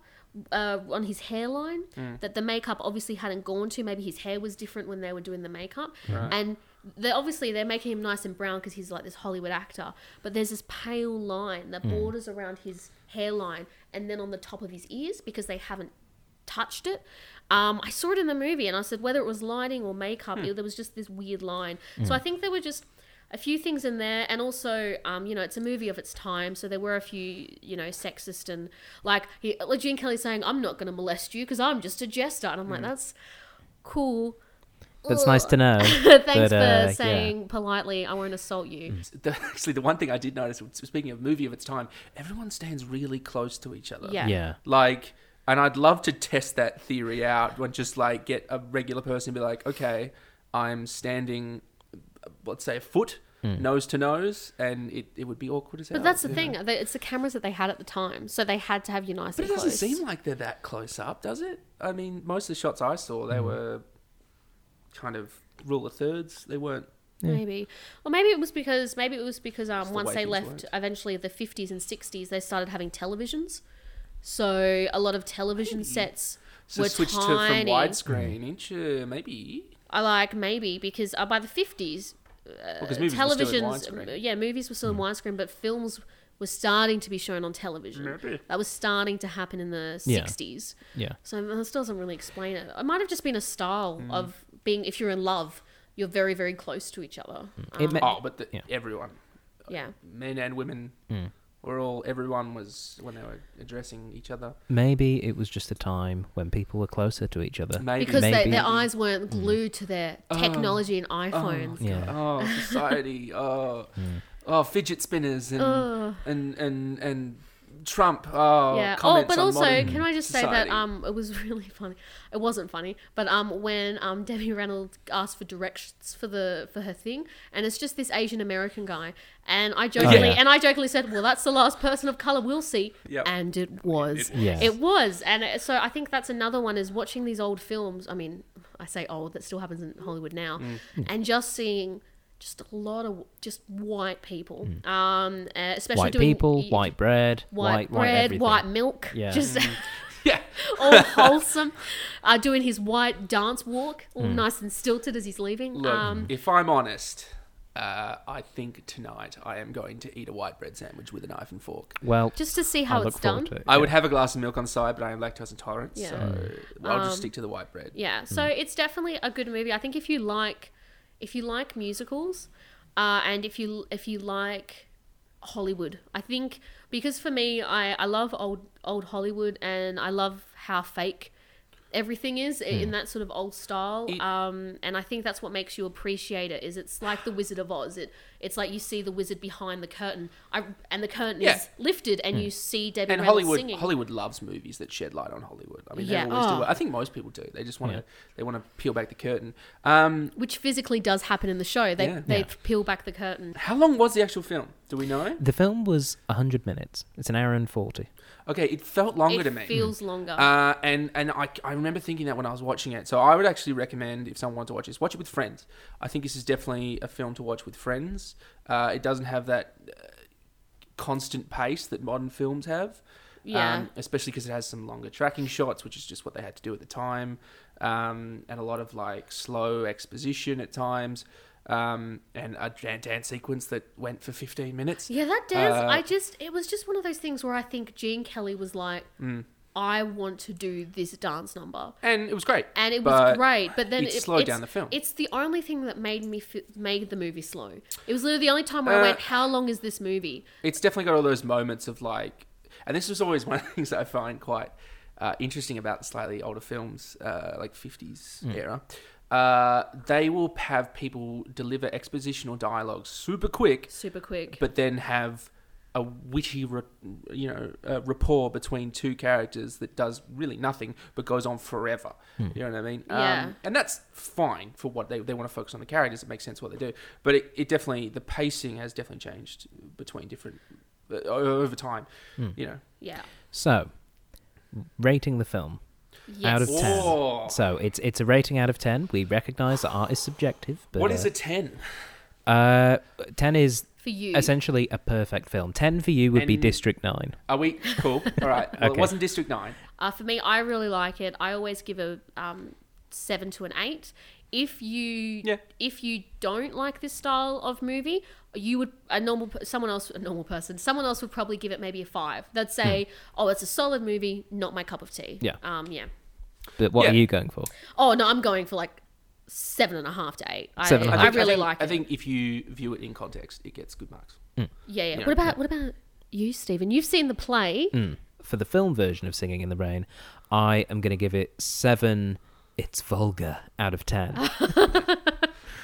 S2: uh, on his hairline that the makeup obviously hadn't gone to. Maybe his hair was different when they were doing the makeup, and they obviously they're making him nice and brown because he's like this Hollywood actor. But there's this pale line that borders around his hairline and then on the top of his ears because they haven't touched it. Um, I saw it
S1: Hmm.
S2: in the movie, and I said whether it was lighting or makeup, it, there was just this weird line. So I think they were just. a few things in there, and also, um, you know, it's a movie of its time, so there were a few, you know, sexist and like he, like Gene Kelly saying, "I'm not going to molest you because I'm just a jester," and I'm
S1: Hmm.
S2: like, that's cool.
S1: That's
S2: Ugh.
S1: nice to know.
S2: Thanks
S1: but, uh,
S2: for
S1: yeah. Hmm.
S2: saying politely, I won't assault you.
S3: The, actually, the one thing I did notice, speaking of movie of its time, everyone stands really close to each other.
S2: Yeah.
S1: Yeah.
S3: Like, and I'd love to test that theory out when just like get a regular person and be like, okay, I'm standing, let's say a foot, nose to nose, and it, it would be awkward as hell.
S2: But that's the
S3: you know?
S2: thing; they- it's the cameras that they had at the time, so they had to have you nice
S3: But it
S2: and
S3: doesn't
S2: close.
S3: seem like they're that close up, does it? I mean, most of the shots I saw, they were kind of rule of thirds. They weren't.
S2: Maybe, or maybe it was because maybe it was because um,
S3: the
S2: once
S3: way
S2: they
S3: things
S2: left,
S3: worked.
S2: eventually the fifties and sixties, they started having televisions. So a lot of television sets
S3: So
S2: were
S3: switched to from
S2: tiny.
S3: widescreen, inch, uh, maybe.
S2: I like maybe because uh, by the fifties, uh,
S3: 'cause movies were still in widescreen. Hmm.
S2: televisions, yeah, movies were still in widescreen, but films were starting to be shown on television.
S3: Maybe.
S2: That was starting to happen in the
S1: Yeah.
S2: sixties.
S1: Yeah.
S2: So this doesn't really explain it. It might have just been a style
S3: Hmm.
S2: of being. If you're in love, you're very very close to each other.
S1: It
S2: Um,
S1: ma-
S3: Oh, but the,
S1: Yeah.
S3: everyone,
S2: yeah.
S3: men and women, were all. Everyone was when they were addressing each other.
S1: Maybe it was just a time when people were closer to each other.
S3: Maybe
S2: because they,
S1: Maybe.
S2: their eyes weren't glued to their technology and iPhones.
S1: Yeah.
S3: Oh, society. oh, oh, fidget spinners and and and and Trump. Oh,
S2: yeah. Oh,
S3: Comments
S2: but
S3: on
S2: also,
S3: modern
S2: can I just say
S3: society.
S2: that um, it was really funny. It wasn't funny, but um, when um, Debbie Reynolds asked for directions for the for her thing, and it's just this Asian American guy, and I jokingly
S1: yeah.
S2: and I jokingly said, "Well, that's the last person of color we'll see,"
S3: Yep.
S2: and it was.
S3: It
S2: It
S3: was.
S2: was.
S1: Yeah.
S2: and it- so I think that's another one is watching these old films. I mean, I say old, that still happens in Hollywood now,
S3: Mm.
S1: Mm.
S2: and just seeing. Just a lot of just white people, um, uh, especially
S1: Mm. White
S2: doing
S1: people,
S2: y-
S1: white bread,
S2: white,
S1: white,
S2: bread,
S1: everything.
S2: white milk,
S1: Yeah. Mm.
S2: just
S3: yeah.
S2: all wholesome, uh, doing his white dance walk, all
S1: Mm.
S2: nice and stilted as he's leaving.
S3: Look,
S2: um,
S3: if I'm honest, uh, I think tonight I am going to eat a white bread sandwich with a knife and fork.
S1: Well,
S2: just to see
S1: I
S2: how
S1: look
S2: it's
S1: forward
S2: done.
S1: to it.
S3: I would have a glass of milk on the side, but I am lactose intolerant,
S2: Yeah. Um,
S3: so I'll just stick to the white bread.
S2: Yeah, so it's definitely a good movie. I think if you like, if you like musicals, uh, and if you if you like Hollywood, I think because for me, I I love old old Hollywood, and I love how fake everything is i- in that sort of old style
S3: Hmm. It-
S2: um and i think that's what makes you appreciate it is it's like the wizard of oz it it's like you see the wizard behind the curtain I, and the curtain
S3: Yeah. Hmm.
S2: is lifted and you see debbie
S3: And
S2: Reynolds
S3: Hollywood,
S2: singing
S3: Hollywood loves movies that shed light on Hollywood. I mean,
S2: Yeah.
S3: they always do.
S2: Oh.
S3: it. I think most people do. They just want to,
S1: Yeah.
S3: they want to peel back the curtain. Um,
S2: which physically does happen in the show they
S3: Yeah.
S2: they
S1: Yeah.
S2: peel back the curtain
S3: how long was the actual film? Do we know?
S1: The film was 100 minutes. It's an hour and 40.
S3: Okay, it felt longer
S2: it
S3: to me. Mm.
S2: feels longer.
S3: Uh, and and I, I remember thinking that when I was watching it. So I would actually recommend if someone wants to watch this, watch it with friends. I think this is definitely a film to watch with friends. Uh, it doesn't have that uh, constant pace that modern films have.
S2: Yeah.
S3: Um, especially because it has some longer tracking shots, which is just what they had to do at the time, um, and a lot of like slow exposition at times, um, and a dan- dance sequence that went for 15 minutes.
S2: yeah, that dance.
S3: uh,
S2: I just it was just one of those things where I think Gene Kelly was like,
S3: Mm.
S2: I want to do this dance number.
S3: And it was great.
S2: And it
S3: but
S2: was great, but then
S3: it slowed
S2: it's-
S3: down the film.
S2: It's the only thing that made me f- made the movie slow. It was literally the only time where I
S3: Uh,
S2: went, "How long is this movie?"
S3: it's definitely got all those moments of like, and this was always one of the things that I find quite uh, interesting about slightly older films, uh, like 50s era. Uh, they will have people deliver expositional dialogue super quick,
S2: Super quick.
S3: but then have a witty, re- you know, uh, rapport between two characters that does really nothing but goes on forever.
S1: Hmm.
S3: You know what I mean? Um,
S2: Yeah.
S3: and that's fine for what they they want to focus on the characters. It makes sense what they do, but it, it definitely the pacing has definitely changed between different uh, over time.
S1: Hmm.
S3: You know,
S2: yeah.
S1: So, rating the film
S2: Yes.
S1: out of 10.
S3: Oh.
S1: So, it's it's a rating out of 10. We recognize that art is subjective, but
S3: what
S1: uh,
S3: is a ten?
S1: Uh, 10 is
S2: for you.
S1: essentially a perfect film. 10 for you would be
S3: And-
S1: District 9.
S3: Are we cool? All right. Well, it
S1: Okay.
S3: wasn't District Nine.
S2: Uh, for me, I really like it. I always give a um, seven to an eight. If you
S3: Yeah.
S2: if you don't like this style of movie, you would a normal per- someone else a normal person someone else would probably give it maybe a five. They'd say, "Oh, it's a solid movie, not my cup of tea."
S1: Yeah.
S2: Um. Yeah.
S1: But what
S3: Yeah.
S1: are you going for?
S2: Oh no, I'm going for like seven and a half to eight. I,
S1: Seven and a
S2: I,
S1: half.
S2: really
S3: think,
S2: like
S3: I
S2: it.
S3: think if you view it in context, it gets good marks.
S2: yeah, yeah.
S3: yeah,
S2: What about what about you, Stephen? You've seen the play.
S1: Mm. For the film version of Singing in the Rain, I am going to give it seven. It's vulgar out of ten.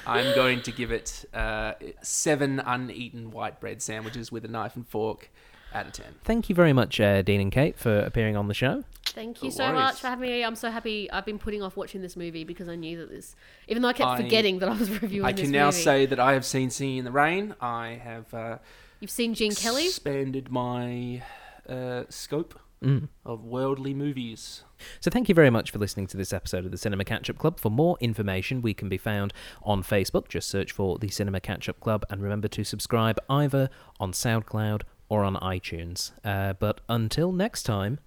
S3: I'm going to give it uh, seven uneaten white bread sandwiches with a knife and fork out of ten.
S1: Thank you very much, uh, Dean and Kate, for appearing on the show.
S2: Thank you
S3: No
S2: so
S3: worries.
S2: much for having me. I'm so happy. I've been putting off watching this movie because I knew that this, even though I kept
S3: I-
S2: forgetting that I was reviewing.
S3: I
S2: this
S3: can now
S2: movie.
S3: say that I have seen Singing in the Rain. I have uh,
S2: you've seen Gene Kelly.
S3: expanded my uh, scope of worldly movies.
S1: So, thank you very much for listening to this episode of the Cinema Catch Up Club. For more information, we can be found on Facebook. Just search for the Cinema Catch Up Club and remember to subscribe either on SoundCloud or on iTunes. Uh, but until next time,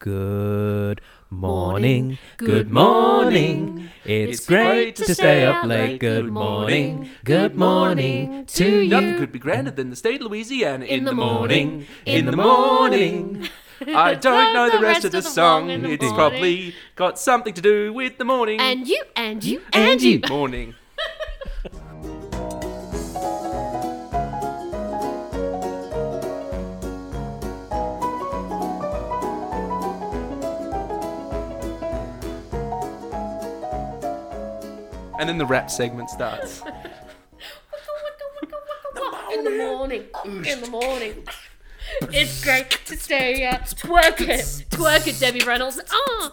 S1: good morning.
S2: Morning.
S1: Good morning.
S2: It's
S1: It's great to stay up late. Good
S2: Good
S1: morning.
S2: morning.
S1: Good morning
S2: morning
S1: to
S2: to you.
S1: you.
S3: Nothing could be grander than the state of Louisiana in, the, morning,
S2: in
S3: In
S2: the
S3: the morning. I don't know the rest of the song.
S2: in the
S3: It's
S2: morning.
S3: probably got something to do with the morning.
S2: And you, and you,
S1: And
S2: and
S1: you.
S2: you.
S3: morning. And then the rap segment starts.
S2: in the morning. In the morning. uh, It's great to stay out. Twerk it. Twerk it, Debbie Reynolds. Ah,